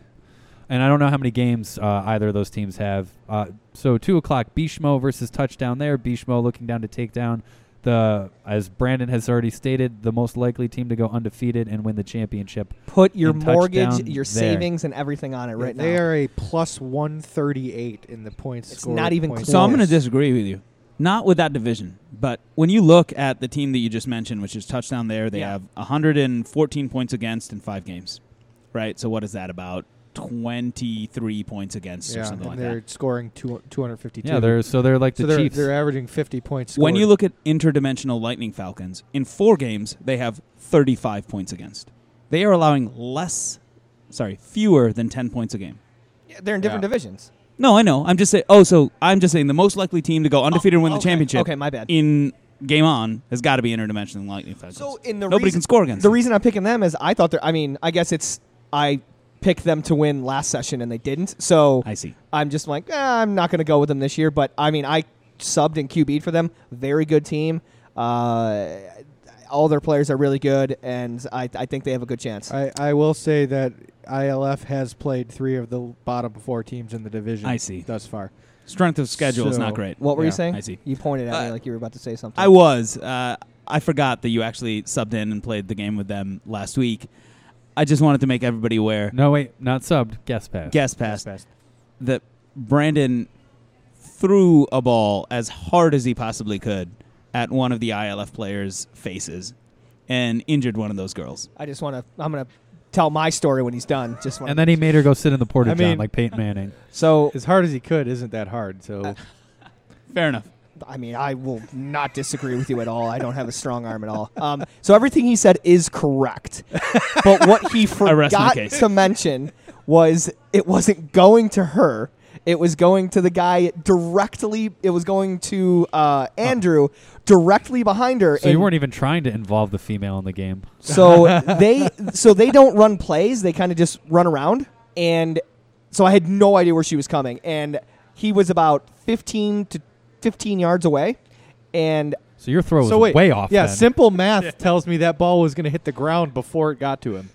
And I don't know how many games uh, either of those teams have. Uh, so two o'clock, Bishmo versus touchdown there. Bishmo looking down to take down the, as Brandon has already stated, the most likely team to go undefeated and win the championship.
Put your
And
mortgage,
touchdown
your
there.
savings, and everything on it right
they
now.
are a plus one thirty eight in the points.
It's
scored,
not even
points
close.
So I'm
Yes.
going to disagree with you. Not with that division, but when you look at the team that you just mentioned, which is touchdown there, they
Yeah.
have 114 points against in five games, right? So what is that about 23 points against
Yeah,
or something
and
like
they're
that?
scoring two two hundred fifty two.
Yeah, they're so they're like the
so they're,
Chiefs.
they're averaging fifty points.
When you
scored.
look at interdimensional lightning falcons in four games, they have 35 points against. They are allowing less, sorry, fewer than 10 points a game.
Yeah, They're in different
Yeah.
divisions.
No, I know. I'm just saying. Oh, so I'm just saying the most likely team to go undefeated and win
Oh,
the
Okay,
championship
Okay, my bad.
in game on has got to be interdimensional lightning falcons.
So in the
Nobody
reason,
can score against.
the
them.
reason I'm picking them is I thought they're. I mean, I guess it's I picked them to win last session and they didn't. So
I see.
I'm just like, eh, I'm not going to go with them this year. But I mean, I subbed and QB'd for them. Very good team. Uh, all their players are really good, and I, I think they have a good chance.
I, I will say that ILF has played three of the bottom four teams in the division.
I see.
Thus far.
Strength of schedule is not
So-
great.
What were you
Yeah,
saying?
I see.
You pointed at me
Uh,
like you were about to say something.
I was. Uh, I forgot that you actually subbed in and played the game with them last week. I just wanted to make everybody aware.
No, wait, not subbed. Guest pass.
Guest pass that Brandon threw a ball as hard as he possibly could at one of the ILF players' faces and injured one of those girls.
I just want to. I'm gonna tell my story when he's done. Just wanna,
and then he made her go sit in the porta
I
john
mean-
like Peyton Manning.
so
As hard as he could isn't that hard. So
Uh,
Fair enough.
I mean, I will not disagree with you at all. I don't have a strong arm at all. Um, so everything he said is correct, but what he
I rest my
forgot
case.
to mention was it wasn't going to her. It was going to the guy directly. It was going to uh, Andrew directly behind her.
So you
and
weren't even trying to involve the female in the game.
so they so they don't run plays. They kind of just run around. And so I had no idea where she was coming. And he was about 15 to 15 yards away. And
So your throw was
so wait,
way off.
Yeah,
then.
simple math tells me that ball was going to hit the ground before it got to him.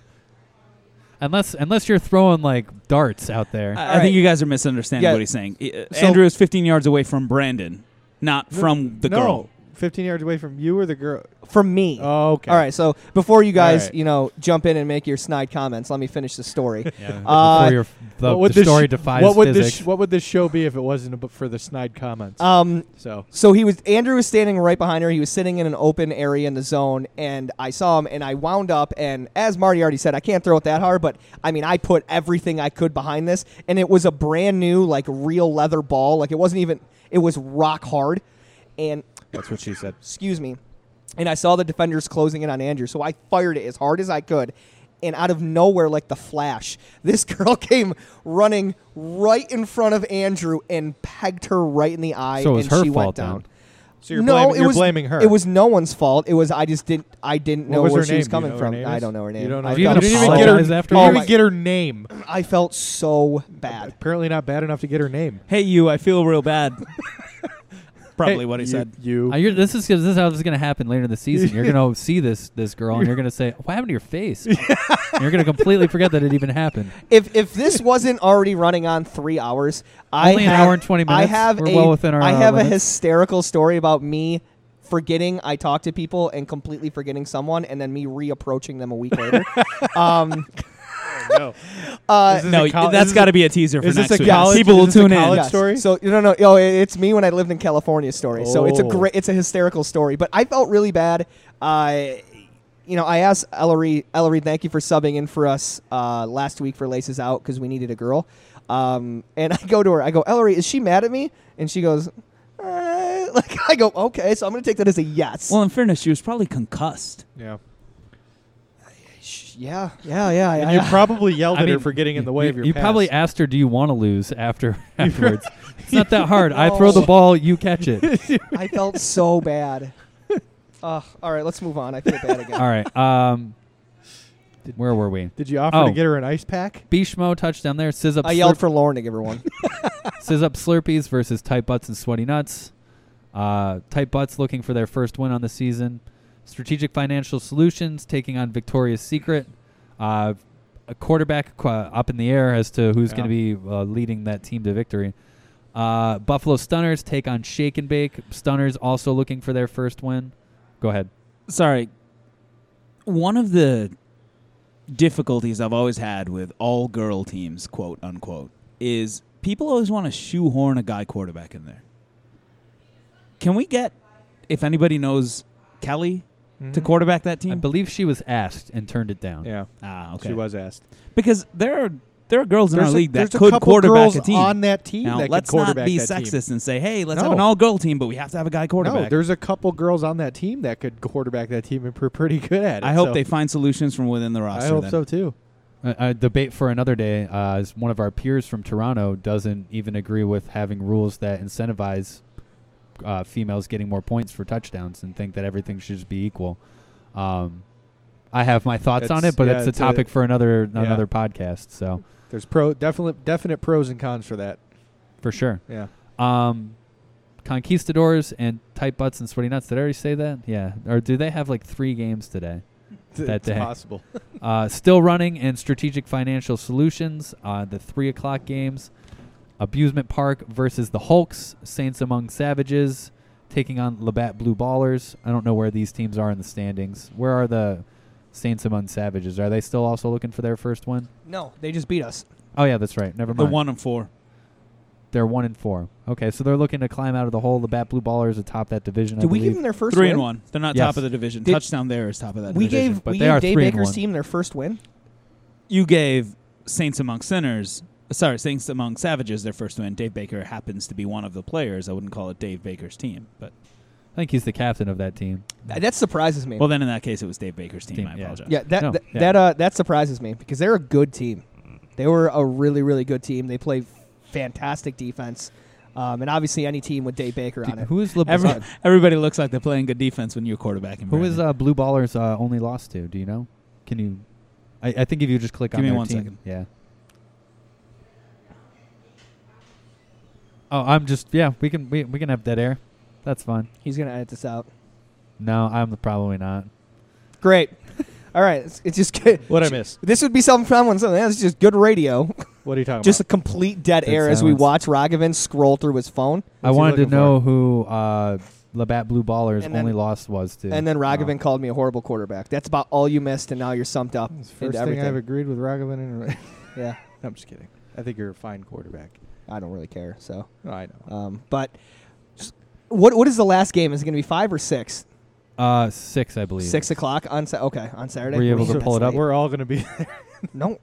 unless unless you're throwing like darts out there.
Uh,
I, I
All right.
think you guys are misunderstanding
Yeah.
what he's saying. I- uh,
So-
Andrew is 15 yards away from Brandon, not from the
no,
girl.
15 yards away from you or the girl.
from me.
Oh, okay.
All right. So before you guys,
right.
you know, jump in and make your snide comments, let me finish the story.
yeah,
Uh,
before your, the,
what would
the
this
story
sh-
defies
what would
physics.
This, what would this show be if it wasn't ab- for the snide comments?
Um,
so
So he was Andrew was standing right behind her. He was sitting in an open area in the zone, and I saw him. And I wound up, and as Marty already said, I can't throw it that hard, but I mean, I put everything I could behind this, and it was a brand new, like real leather ball. Like it wasn't even, it was rock hard, and
that's what she said.
excuse me, and I saw the defenders closing in on Andrew, so I fired it as hard as I could. And out of nowhere, like the flash, this girl came running right in front of Andrew and pegged her right in the eye,
So it was
and
her
she
fault
went
then.
down.
So you're,
no,
blaming,
it
you're
was,
blaming her.
It was no one's fault. It was I just didn't I didn't
What
know
was
where
her
she
name?
was
You
coming
know her
from.
name
I
is?
don't know her name.
You don't know
I
her
You
name.
felt
even
You didn't even get
so-
apologize
her,
after
you
all
didn't
my-
even get her name.
I felt so bad.
Apparently not bad enough to get her name.
Hey, you, I feel real bad. Probably
Hey,
what he
you-
said.
You.
Uh, you're, this is 'cause this is how this is going to happen later in the season. You're going to see this this girl, and you're going to say, "What happened to your face?" and you're going to completely forget that it even happened.
If if this wasn't already running on three hours, I
Only an
have,
hour and 20 minutes.
I have
We're
a,
well within our,
I
uh,
have a
limits.
hysterical story about me forgetting I talked to people and completely forgetting someone, and then me reapproaching them a week later. um,
no.
uh,
This is
No,
a col- this
that's
is
got
a-
to be a teaser for
is this
next
a
week.
college-
People will
is this a
tune in.
college-
Yes.
story?
So no, no, no. it- It's me when I lived in California story. So it's a
Oh.
great, it's a hysterical story. But I felt really bad. I, you know, I asked Ellery, Ellery, thank you for subbing in for us uh, last week for Laces Out because we needed a girl. Um, and I go to her, I go, Ellery, is she mad at me? And she goes, uh, like I go, okay. So I'm gonna take that as a yes.
Well, in fairness, she was probably concussed.
Yeah.
Sh- yeah, yeah, yeah.
And
I-
you
I-
probably yelled
I
at her
mean,
for getting in the way
you,
of your
you
pass.
probably asked her, "Do you want to lose?" After afterwards, it's not that hard. I throw the
No.
ball, you catch it.
I felt so bad. Ugh, all right, let's move on. I feel bad again.
All right. Um,
Did-
where were we?
Did you offer
Oh.
to get her an ice pack?
Bishmo touchdown there. Sizz up,
I yelled
slurp-
for Lauren to give her one.
sizz up Slurpees versus Tight Butts and Sweaty Nuts. Uh, tight Butts looking for their first win on the season. Strategic Financial Solutions taking on Victoria's Secret. Uh, a quarterback qu- up in the air as to who's
Yeah.
going to be uh, leading that team to victory. Uh, Buffalo Stunners take on Shake and Bake. Stunners also looking for their first win. Go ahead.
Sorry. One of the difficulties I've always had with all girl teams, quote unquote, is people always want to shoehorn a guy quarterback in there. Can we get, if anybody knows Kelly, to quarterback that
I
team?
believe she was asked and turned it down.
Yeah.
ah, okay.
She was asked.
Because there are there are girls in
there's
our
a,
league that
there's a
could
couple
quarterback
girls
a team.
on that team
now,
that could
let's not
quarterback
be
that team.
sexist and say, "Hey, let's have
No.
an all-girl team, but we have to have a guy
No,
quarterback."
there's a couple girls on that team that could quarterback that team and are pretty good at it.
I hope
so
they find solutions from within the roster.
I hope
then.
so too.
A, a debate for another day uh, is one of our peers from Toronto doesn't even agree with having rules that incentivize uh, females getting more points for touchdowns and think that everything should just be equal. Um, I have my thoughts on
That's-
it, but
yeah,
it's a
it's a-
topic for another
yeah.
another podcast. So
There's pro definite definite pros and cons for that.
for sure,
Yeah.
um, Conquistadors and Tight Butts and Sweaty Nuts. Did I already say that? Yeah. Or do they have like three games today? That
it's
day.
possible.
Uh, still running and strategic financial solutions. Uh, the three o'clock games, Abusement Park versus the Hulks. Saints among Savages taking on Labatt Blue Ballers. I don't know where these teams are in the standings. Where are the Saints among Savages? Are they still also looking for their first win?
No, they just beat us.
Oh yeah, that's right. Never
The
mind.
one and four.
They're one and four. Okay, so they're looking to climb out of the hole. Labatt Blue Ballers atop that division. I
Did we
believe.
give them their first
Three
win?
and one. They're not
Yes.
top of the division.
Did-
Touchdown there is top of that
We
division.
gave
but
we
they
gave
are
Dave
three and
Baker's
one.
team their first win.
you gave Saints Among Sinners, sorry, Saints Among Savages their first win. Dave Baker happens to be one of the players. I wouldn't call it Dave Baker's team, but
I think he's the captain of that team.
That, that surprises me.
well, then in that case, it was Dave Baker's team.
Team,
I
yeah.
apologize.
yeah, that
No,
th-
yeah.
that uh, that surprises me because they're a good team. They were a really really good team. They play fantastic defense, um, and obviously any team with Dave Baker on
Do-
it.
who is Lab-
Every-
uh,
everybody looks like they're playing good defense when you're quarterbacking.
who is
Brandon.
uh, Blue Ballers uh, only lost to? Do you know? Can you? I, I think if you just click
Give
on
me
their
one
team,
second.
yeah. Oh, I'm just yeah. We can we, we can have dead air. That's fine.
He's gonna edit this out.
No, I'm probably not.
Great. All right, it's, it's just good.
What I missed?
This would be something fun when something else is just good radio.
What are you talking
just a
about?
complete dead
Dead
air as we watch
silence.
Rogovan scroll through his phone,
I
What's he
wanted to
looking for?
know who uh, Labatt Blue Ballers
And then-
only loss was to.
and then Rogovan
Wow.
called me a horrible quarterback. That's about all you missed, and now you're summed up
It's the first
into
thing
everything.
I've agreed with Ragavan. And
yeah,
no, I'm just kidding. I think you're a fine quarterback.
I don't really care. So,
No, I know.
um, but just- what what is the last game? Is it going to be five or six?
uh, six, I believe.
Six o'clock on Sa- okay on Saturday.
Were you able
Man,
to
that's
pull it up?
late.
We're all going to be.
No,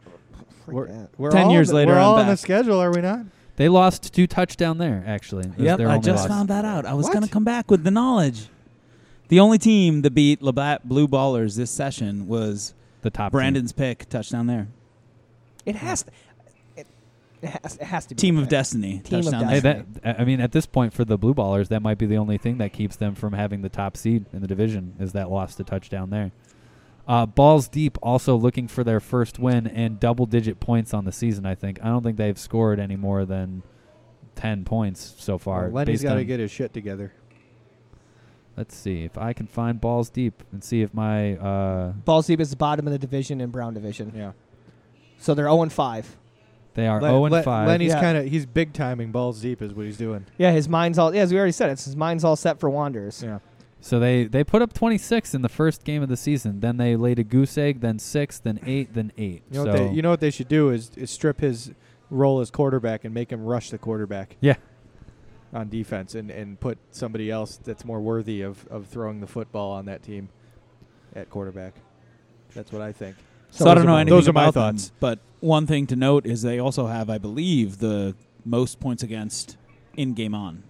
Freak
We're-
that.
we're
Ten
all
years
on the-
later,
we're
I'm
all on the
back.
schedule, are we not?
They lost two touchdown there. Actually, It was
Yep,
their
I
only loss.
just found that out. I was
What?
going to come back with the knowledge. The only team that beat Labatt Blue Ballers this session was
the top. team.
Brandon's pick touchdown there.
It has to. It, it has, it has to be
Team
the
of
Pack.
Destiny
Team of
touchdown
Destiny.
Hey,
there.
that, I I mean, at this point for the Blue Ballers, that might be the only thing that keeps them from having the top seed in the division is that loss to touchdown there. Uh, Balls deep also looking for their first win and double-digit points on the season. I think I don't think they've scored any more than ten points so far.
Well, Lenny's
based
got to
on-
get his shit together.
Let's see if I can find Balls deep and see if my uh,
Balls deep is the bottom of the division in Brown division,
Yeah.
so they're zero and five.
they are
Le-
zero oh and
Le-
five.
Lenny's
Yeah.
kind of he's big timing balls deep is what he's doing.
Yeah, his mind's all. Yeah, as we already said, it's his mind's all set for Wanderers.
Yeah.
So they they put up 26 in the first game of the season. Then they laid a goose egg. Then six. Then eight. Then eight.
You know
so
what they you know what they should do is, is strip his role as quarterback and make him rush the quarterback.
Yeah.
On defense and, and put somebody else that's more worthy of, of throwing the football on that team at quarterback. That's what I think.
So, I don't know
my-
anything
those are my
about them,
thoughts.
but one thing to note is they also have, I believe, the most points against in game on.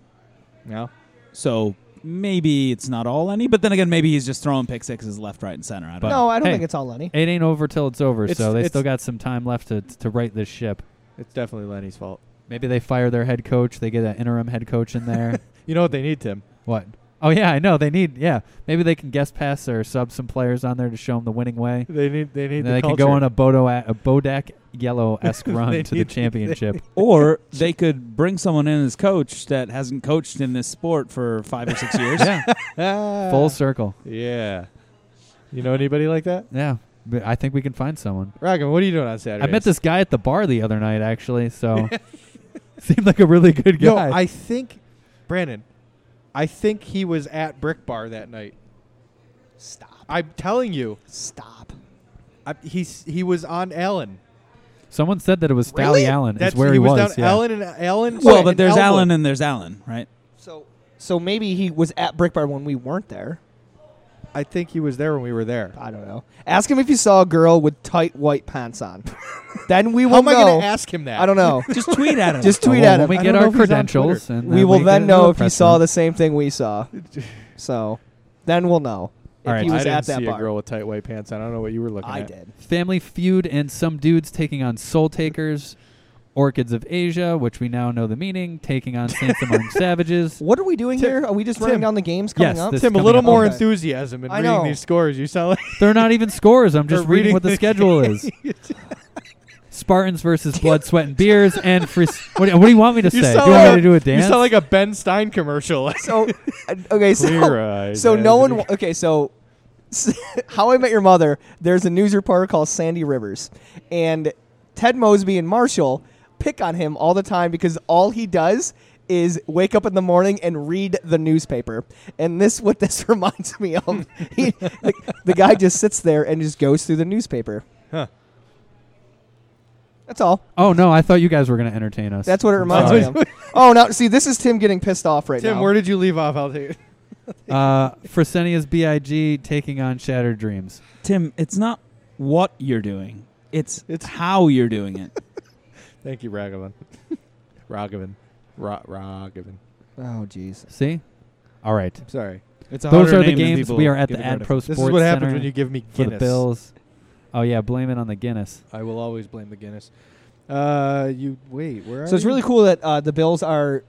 No?
So maybe it's not all any, but then again, maybe he's just throwing pick sixes left, right, and center. I don't
But-
know.
No, I don't
Hey.
think it's all Lenny.
It ain't over till it's over,
It's-
so they
it's-
still got some time left to to right this ship.
It's definitely Lenny's fault.
Maybe they fire their head coach. They get an interim head coach in there.
You know what they need, Tim?
what? Oh yeah, I know they need. Yeah, maybe they can guest pass or sub some players on there to show them the winning way.
They need they need
And
the
then they can
culture.
go on a Bodo a Bodak yellow esque run
They
to the
need- they-
championship.
Or they could bring someone in as coach that hasn't coached in this sport for five or six years.
yeah,
Ah.
full circle.
Yeah. You know anybody like that?
Yeah, but I think we can find someone.
Rockin, what are you doing on Saturday?
I met this guy at the bar the other night, actually. So seemed like a really good
Yo,
guy.
I think Brandon, I think he was at Brick Bar that night.
Stop.
I'm telling you,
Stop.
I, he's he was on Allen.
Someone said that it was Sally
Really?
Allen.
That's
is where
he,
he was.
down
yeah.
Allen and Allen.
Well,
and
but there's
Elwood.
Allen and there's Allen, right?
So, so maybe he was at Brick Bar when we weren't there.
I think he was there when we were there.
I don't know. Ask him if you saw a girl with tight white pants on. then we will
How am I
know.
going to ask him that?
I don't know.
Just tweet at him.
Just
Well,
tweet
well,
at him.
When
I
we get
don't
our
know if he's on
credentials, and
we will
we
then
get
know
another
if he
press
saw
run.
the same thing we saw. So, then we'll know if
All right.
he was
I didn't
at that
see a
bar.
girl with tight white pants. on. I don't know what you were looking
I
at.
did.
Family Feud and some dudes taking on Soul Takers, Orchids of Asia, which we now know the meaning, taking on Saints Among Savages.
What are we doing
Tim-
here? Are we just running
Tim.
down the games coming
Yes,
up?
this-
Tim, a
coming
little
up.
more
Okay.
enthusiasm in
I
reading
know.
these scores. You sound like
They're not even scores. I'm just
They're
reading, what the
reading
schedule is. Spartans versus Blood, Sweat, and Beers, and free. s- What, do you- what do you want me to
You
say? Do
sound
you want me
like-
to do a dance?
You sound like a Ben Stein commercial.
So uh, okay, so
eyes.
so no one.
Anthony.
wa- Okay, so s- How I Met Your Mother. There's a news reporter called Sandy Rivers, and Ted Mosby and Marshall pick on him all the time because all he does is wake up in the morning and read the newspaper. And this what this reminds me of. he, like, the guy just sits there and just goes through the newspaper.
Huh.
That's all.
oh no, I thought you guys were going to entertain us.
That's what it reminds me of. Oh, now see, this is Tim getting pissed off right
Tim,
now.
where did you leave off? I'll take it.
Uh, Fresenius Big taking on Shattered Dreams.
Tim, it's not what you're doing. It's,
It's-
how you're doing it.
Thank you, Ragavan. Ragavan. Ra- Ragavan.
oh, jeez.
See, all right.
I'm sorry. It's a
Those
harder
are the
name than
games
people
we are at the
give it credit
Ad Pro
for.
Sports
This is what happens
Center
when you give me
for
Guinness.
the Bills. Oh yeah, blame it on the Guinness.
I will always blame the Guinness. Uh, you wait. Where are
So it's
you?
really cool that uh, the Bills are.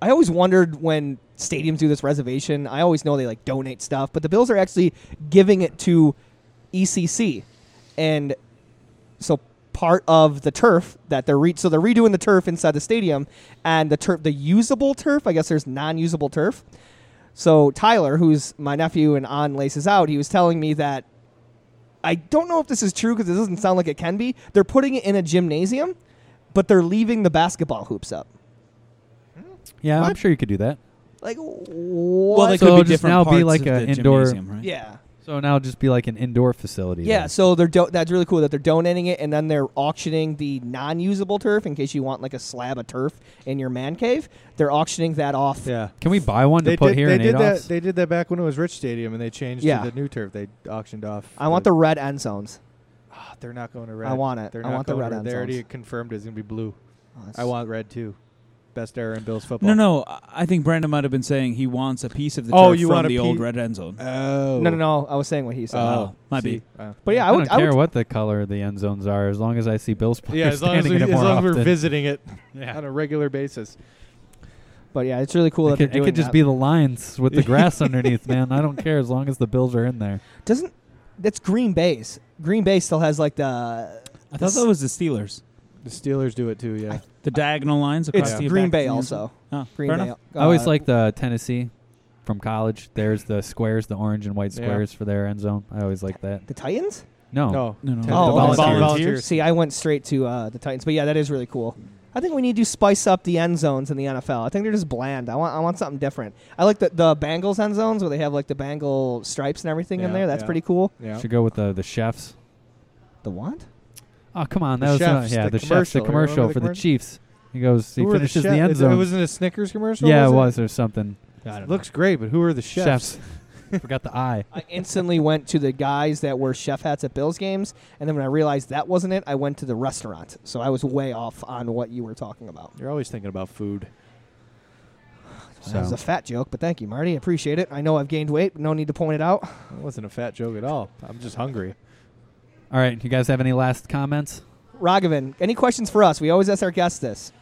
I always wondered when stadiums do this reservation. I always know they like donate stuff, but the Bills are actually giving it to ECC, and so part of the turf that they're re- so they're redoing the turf inside the stadium, and the turf, the usable turf. I guess there's non-usable turf. So Tyler, who's my nephew and on Laces Out, he was telling me that I don't know if this is true because it doesn't sound like it can be. They're putting it in a gymnasium, but they're leaving the basketball hoops up.
Yeah, I'm
What?
sure you could do that.
Like
Well,
what?
they
So
could
it'll
be
just
different
now be
parts
like
of
a
the
indoor-
gymnasium, right?
yeah,
So now it'll just be like an indoor facility.
yeah.
then.
So they're do- that's really cool that they're donating it and then they're auctioning the non-usable turf in case you want like a slab of turf in your man cave. They're auctioning that off.
Yeah.
Can we buy one to
They
put
did,
here
they
in
did that.
Adolph's?
They did that back when it was Rich Stadium, and they changed
Yeah.
to the new turf. They auctioned off.
I want the red end zones.
Ah, they're not going to red.
I want it.
They're
I
not
want the
going
red
to-
end
They already
zones.
confirmed it's going to be blue.
Oh, that's-
I want red too. Best error in Bills football.
No, no. I- I think Brandon might have been saying he wants a piece of the
Oh,
turf
you
from
want a
the old
pie-
red end zone.
Oh.
No, no, no. I was saying what he said.
Oh, might be.
see. Oh.
But yeah,
I,
I, would.
don't
I
care
would
what the color of the end zones are, as long as I see Bills players
yeah, as long as,
standing
we,
in it
as
more
long as
often.
we're visiting it
yeah.
on a regular basis.
but yeah, it's really cool
it
that
could,
they're
it
doing
could just
that.
be the lines with the grass underneath, man. I don't care as long as the Bills are in there.
Doesn't that's Green Bay's? Green Bay still has like the
I thought that was the Steelers.
The Steelers do it too. Yeah.
I-
The diagonal lines across
it's
the
Green
back
Bay
of the end
also.
zone. Oh,
Green
fair
Bay.
enough.
I always
uh,
like the Tennessee from college. There's the squares, the orange and white
Yeah.
squares for their end zone. I always like that.
the Titans.
No.
no.
No, no.
Ten-
The
Oh,
the
volunteers.
volunteers.
See, I went straight to uh, the Titans, but yeah, that is really cool. I think we need to spice up the end zones in the NFL. I think they're just bland. I want, I want something different. I like the the Bengals end zones where they have like the Bengal stripes and everything in
Yeah,
there. That's
yeah.
pretty cool.
Yeah.
Should go with the the chefs.
The what?
Oh come on,
The
that was not-
chefs,
yeah
the
the, chefs the
commercial. You remember
commercial
the
for the
commercial?
Chiefs. He goes, he
Who were
finishes the,
chef-
end
it-
zone.
It wasn't a Snickers commercial.
yeah, it
was
was or something.
It? Looks great, but who are the chefs?
Chefs. Forgot the I.
I instantly went to the guys that wear chef hats at Bills games, and then when I realized that wasn't it, I went to the restaurant. So I was way off on what you were talking about.
You're always thinking about food.
That was
So.
a fat joke, but thank you, Marty. I appreciate it. I know I've gained weight, but no need to point it out.
That wasn't a fat joke at all. I'm just hungry.
All right, you guys have any last comments?
Ragavan, any questions for us? We always ask our guests this.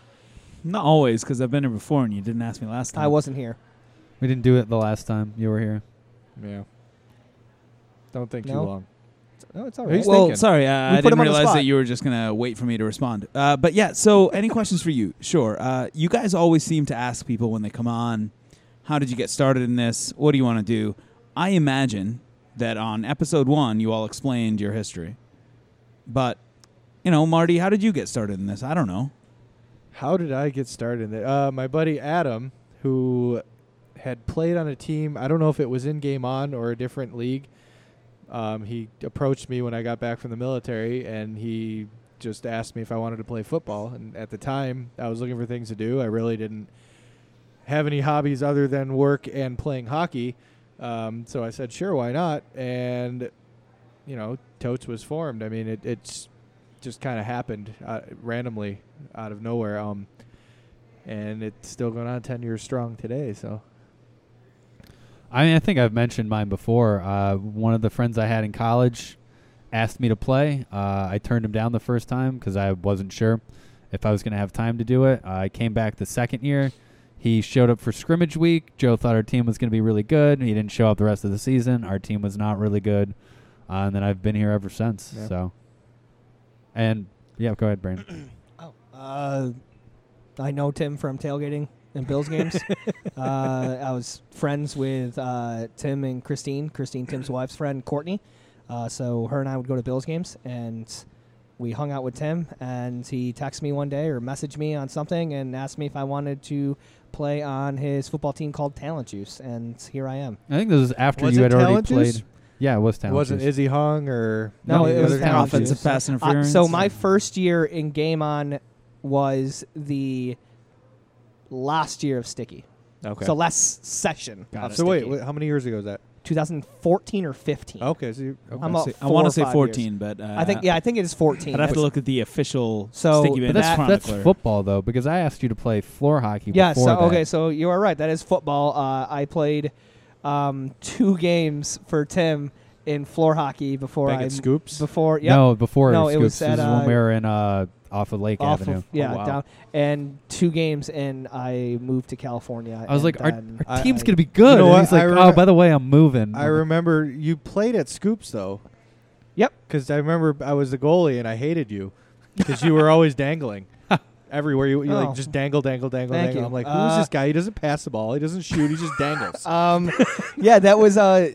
Not always, because I've been here before and you didn't ask me last time.
I wasn't here.
We didn't do it the last time you were here.
Yeah. Don't think
No?
too long.
No, it's all
He's
right.
well,
thinking.
sorry, uh,
We
I
put
didn't
him on the
realize that
spot.
you were just gonna wait for me to respond. Uh, but yeah, so any questions for you? Sure. Uh, you guys always seem to ask people when they come on, "How did you get started in this? What do you want to do?" I imagine that on episode one, you all explained your history. But you know, Marty, how did you get started in this? I don't know.
How did I get started in it? Uh, my buddy Adam, who had played on a team, I don't know if it was in Game On or a different league. Um, he approached me when I got back from the military and he just asked me if I wanted to play football. And at the time, I was looking for things to do. I really didn't have any hobbies other than work and playing hockey. Um, so I said, sure, why not? And, you know, Totes was formed. I mean, it, it's just kind of happened uh, randomly out of nowhere. Um, and it's still going on 10 years strong today. So
I mean, I think I've mentioned mine before. Uh, one of the friends I had in college asked me to play. Uh, I turned him down the first time because I wasn't sure if I was going to have time to do it. I came back the second year. He showed up for scrimmage week. Joe thought our team was going to be really good. He didn't show up the rest of the season. Our team was not really good. Uh, and then I've been here ever since.
Yeah.
So, and Yeah, go ahead, Brandon.
Oh. Uh, I know Tim from tailgating and Bills games. uh, I was friends with uh, Tim and Christine, Christine, Tim's wife's friend, Courtney. Uh, so her and I would go to Bills games, and we hung out with Tim. And he texted me one day or messaged me on something and asked me if I wanted to play on his football team called Talent Juice. And here I am.
I think this is after
Was
you
it
had already
Talent
played.
Juice?
Yeah, it was talent.
wasn't
Juice.
Izzy Hung or
No,
any
it was
other
Talent
coaches?
Juice.
offensive pass
Uh,
interference.
so my first year in Game On was the last year of Sticky.
Okay.
So last session.
Got
of
it.
So wait,
Sticky.
wait, how many years ago is that?
2014 or 15.
Okay, so you, okay.
I'm up
I want
four or
to say
five
14, but uh,
I think yeah, I think it is 14.
I'd have to
That's-
look at the official
So-
Sticky
But
But
Bandits
that's that's
Chronicler.
football though, because I asked you to play floor hockey.
Yeah.
Before
So
that.
okay, so you are right. That is football. Uh, I played um, two games for Tim in floor hockey before
Back
I
at Scoops.
before yeah
No, before
No, it
Scoops,
was at,
this is when
uh,
we were in uh, off of Lake
off
Avenue.
of, yeah
Oh, wow.
down and two games and I moved to California.
I was like, our,
and um,
our
I-
team's
I-
gonna be good.
You know
And
what?
he's like,
I
oh,
remember-
by the way, I'm moving.
I remember you played at Scoops though.
Yep.
Because I remember I was the goalie and I hated you because you were always dangling. Everywhere you, you
Oh.
like just dangle, dangle, dangle,
Thank
dangle.
you.
I'm like, who's
Uh,
this guy? He doesn't pass the ball. He doesn't shoot. He just dangles.
Um, yeah, that was uh,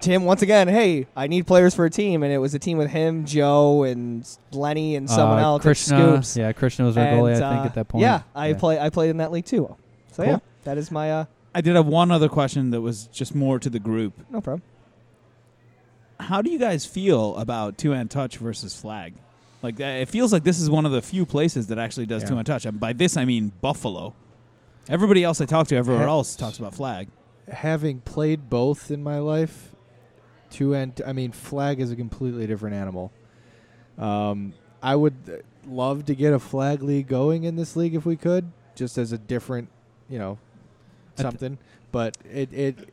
Tim once again. Hey, I need players for a team, and it was a team with him, Joe, and Lenny, and someone
uh,
else. at
Krishna,
Scoops.
Yeah, Krishna was our
And,
goalie, I
uh,
think, at that point.
Yeah, I play. I played in that league too. So
Cool.
yeah, that is my uh,
I did have one other question that was just more to the group.
no problem.
How do you guys feel about two hand touch versus flag? Like uh, it feels like this is one of the few places that actually does
Yeah.
two hand touch, and by this I mean Buffalo. Everybody else I talk to, everywhere
Ha-
else talks about flag.
Having played both in my life, two and I mean, flag is a completely different animal. Um, I would uh, love to get a flag league going in this league if we could, just as a different, you know,
I th-
something. but it it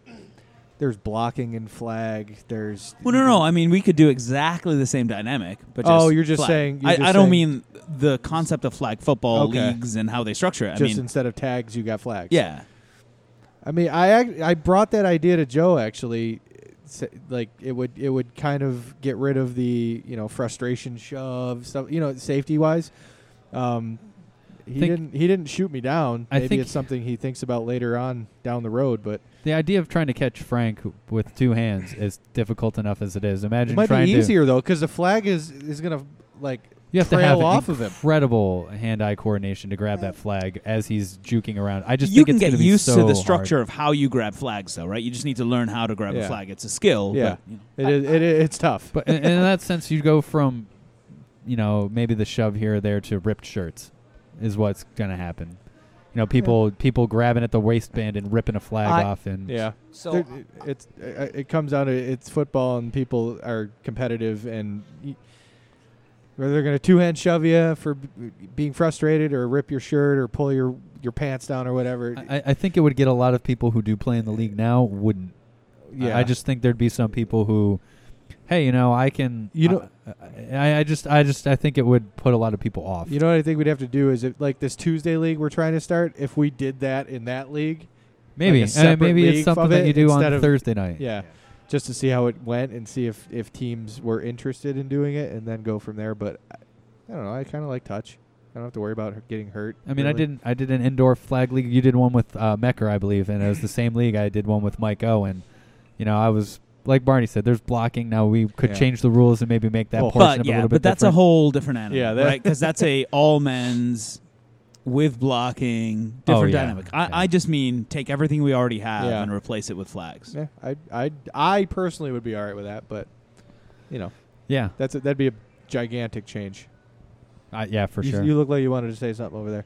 there's blocking in flag. There's
Well, no, no. I mean, we could do exactly the same dynamic, but just
Oh, you're just
flag.
saying- you're
I,
just
I don't
saying-
mean the concept of flag football
Okay.
leagues and how they structure it. I
just
mean,
instead of tags, you got flags.
yeah,
I mean, I ac- I brought that idea to Joe actually. S- Like it would it would kind of get rid of the you know frustration shove stuff you know safety wise. Um, he
Think-
didn't he didn't shoot me down.
I
Maybe
think-
it's something he thinks about later on down the road. But
The idea of trying to catch Frank with two hands is difficult enough as it is.
it
Imagine
might
trying
be
to.
easier though because the flag is is gonna like
You have to
trail
have
off of him.
incredible hand-eye coordination to grab that flag as he's juking around. I just
you
think
can
it's
get
gonna be
used
so
to the
hard.
structure of how you grab flags, though, right? You just need to learn how to grab a
Yeah.
flag. It's a skill.
Yeah.
but, you know.
It is it, it's tough.
But in, in that sense, you go from, you know, maybe the shove here or there to ripped shirts, is what's gonna happen. You know, people people grabbing at the waistband and ripping a flag
I-
off, and
yeah.
So
There- it's it it comes down to it's football and people are competitive and y- whether they're going to two hand shove you for b- being frustrated or rip your shirt or pull your your pants down or whatever.
I, I- I think it would get a lot of people who do play in the league now wouldn't. I-
yeah,
I just think there'd be some people who, hey, you know, I can.
You know-
I, I, I just, I just, I think it would put a lot of people off.
you know what I think we'd have to do is if like this Tuesday league we're trying to start. If we did that in that league,
maybe,
like a
uh,
separate
maybe
league
it's something
of
that
it
you do on
instead of-
Thursday night.
yeah, just to see how it went and see if if teams were interested in doing it and then go from there. But I, I don't know. I kind of like touch. I don't have to worry about her getting hurt.
I mean, I
really.
didn't. I did an indoor flag league. You did one with uh, Mecker, I believe, and it was the same league. I did one with Mike Owen. You know, I was like Barney said. There's blocking now. We could
Yeah.
change the rules and maybe make that
Well,
portion of
but
it a
yeah,
little bit
but that's a
different.
whole different animal,
Yeah, that-
right? Because that's a all men's with blocking,
Oh,
different
yeah,
dynamic. I,
yeah.
I just mean take everything we already have
Yeah.
and replace it with flags.
Yeah, I, I, I personally would be all right with that, but you know,
yeah,
that's a, that'd be a gigantic change.
uh, yeah, for
you,
sure.
You look like you wanted to say something over there.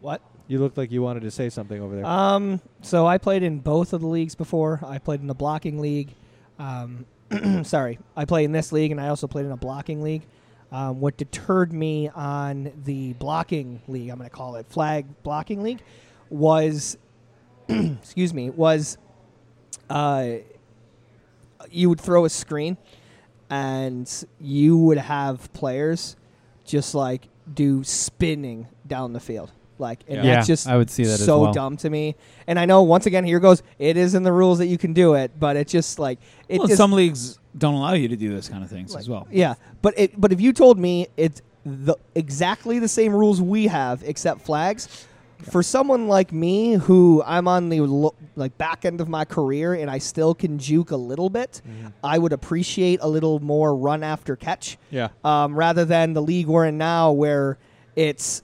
what?
You looked like you wanted to say something over there.
Um, so I played in both of the leagues before. I played in the blocking league. Um, sorry, I played in this league, and I also played in a blocking league. Um, what deterred me on the blocking league, I'm going to call it flag blocking league, was, excuse me, was uh, you would throw a screen, and you would have players just like do spinning down the field, like and
yeah,
that's just
I would see that
so
as well.
dumb to me. And I know once again here goes it is in the rules that you can do it, but it's just like it
well,
just
some leagues don't allow you to do those kind of things
like,
as well.
Yeah, but it but if you told me it the exactly the same rules we have except flags. For someone like me, who I'm on the lo- like back end of my career and I still can juke a little bit, I would appreciate a little more run after catch
Yeah.
um, rather than the league we're in now, where it's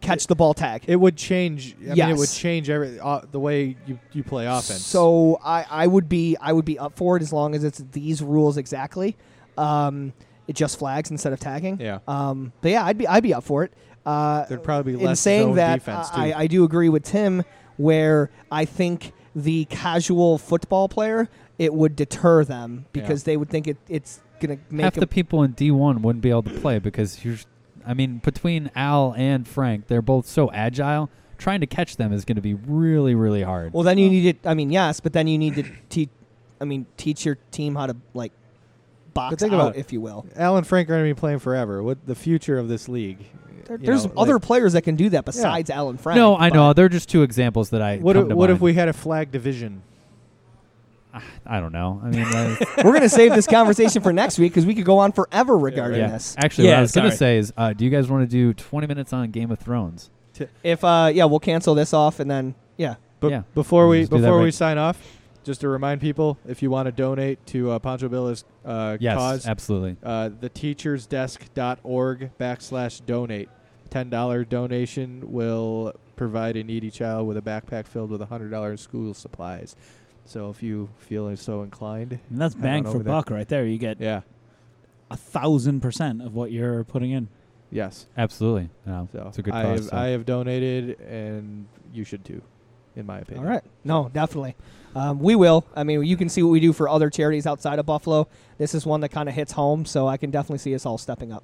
catch the ball tag.
It would change. I mean, it would
Yes.
change every uh, the way you, you play offense.
So I, I would be I would be up for it as long as it's these rules exactly. Um, it just flags instead of tagging.
Yeah.
Um, but yeah, I'd be I'd be up for it. Uh,
there'd probably be
in
less
saying
zone
that,
defense too.
I, I do agree with Tim, where I think the casual football player it would deter them because they would think it, it's gonna make
Half
them
the people in D1 wouldn't be able to play because you're. I mean, between Al and Frank, they're both so agile. Trying to catch them is going to be really, really hard.
Well, then you need to. I mean, yes, but then you need to teach. I mean, teach your team how to like box
But think
out,
about it.
if you will.
Al and Frank are going to be playing forever. What the future of this league?
There-
you
there's
know,
other
like,
players that can do that besides Alan Frank.
no, I
but-
know. They're just two examples that I.
what
come
if,
to
what if
mind.
we had a flag division?
I don't know. I mean, that-
We're gonna save this conversation for next week because we could go on forever regarding
yeah.
this.
Actually, what
Yeah,
I was going to
sorry.
say is, uh, do you guys want to do 20 minutes on Game of Thrones?
If uh, yeah, we'll cancel this off and then yeah,
But
Yeah.
before we
Let's do that
before
right-
we sign off, just to remind people, if you want to donate to uh, Pancho Villa's uh,
Yes,
cause,
absolutely.
uh, theteachersdesk.org backslash donate. $10 donation will provide a needy child with a backpack filled with $100 in school supplies. So if you feel so inclined,
And that's
Head
bang
on
for
over there.
buck right there. You get
yeah,
a thousand percent of what you're putting in.
yes.
Absolutely. No,
So
it's a good
I,
cause.
have,
so.
I have donated, and you should too, in my
all
opinion.
right. No, definitely. Um, we will. I mean, you can see what we do for other charities outside of Buffalo. This is one that kind of hits home, so I can definitely see us all stepping up.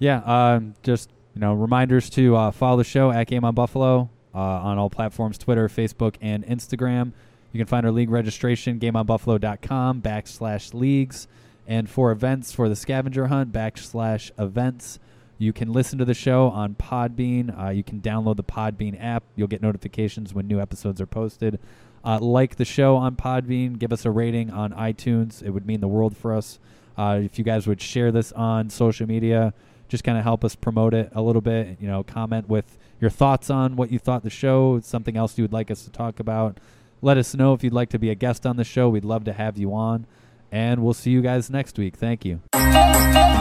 Yeah, um, just you know, reminders to uh, follow the show at Game on Buffalo uh, on all platforms: Twitter, Facebook, and Instagram. You can find our league registration gameonbuffalo.com backslash leagues, and for events for the scavenger hunt backslash events. You can listen to the show on Podbean. Uh, you can download the Podbean app. You'll get notifications when new episodes are posted. Uh, like the show on Podbean. Give us a rating on iTunes. It would mean the world for us. Uh, if you guys would share this on social media, just kind of help us promote it a little bit. You know, comment with your thoughts on what you thought the show, something else you would like us to talk about. Let us know if you'd like to be a guest on the show. We'd love to have you on. And we'll see you guys next week. Thank you.
Thank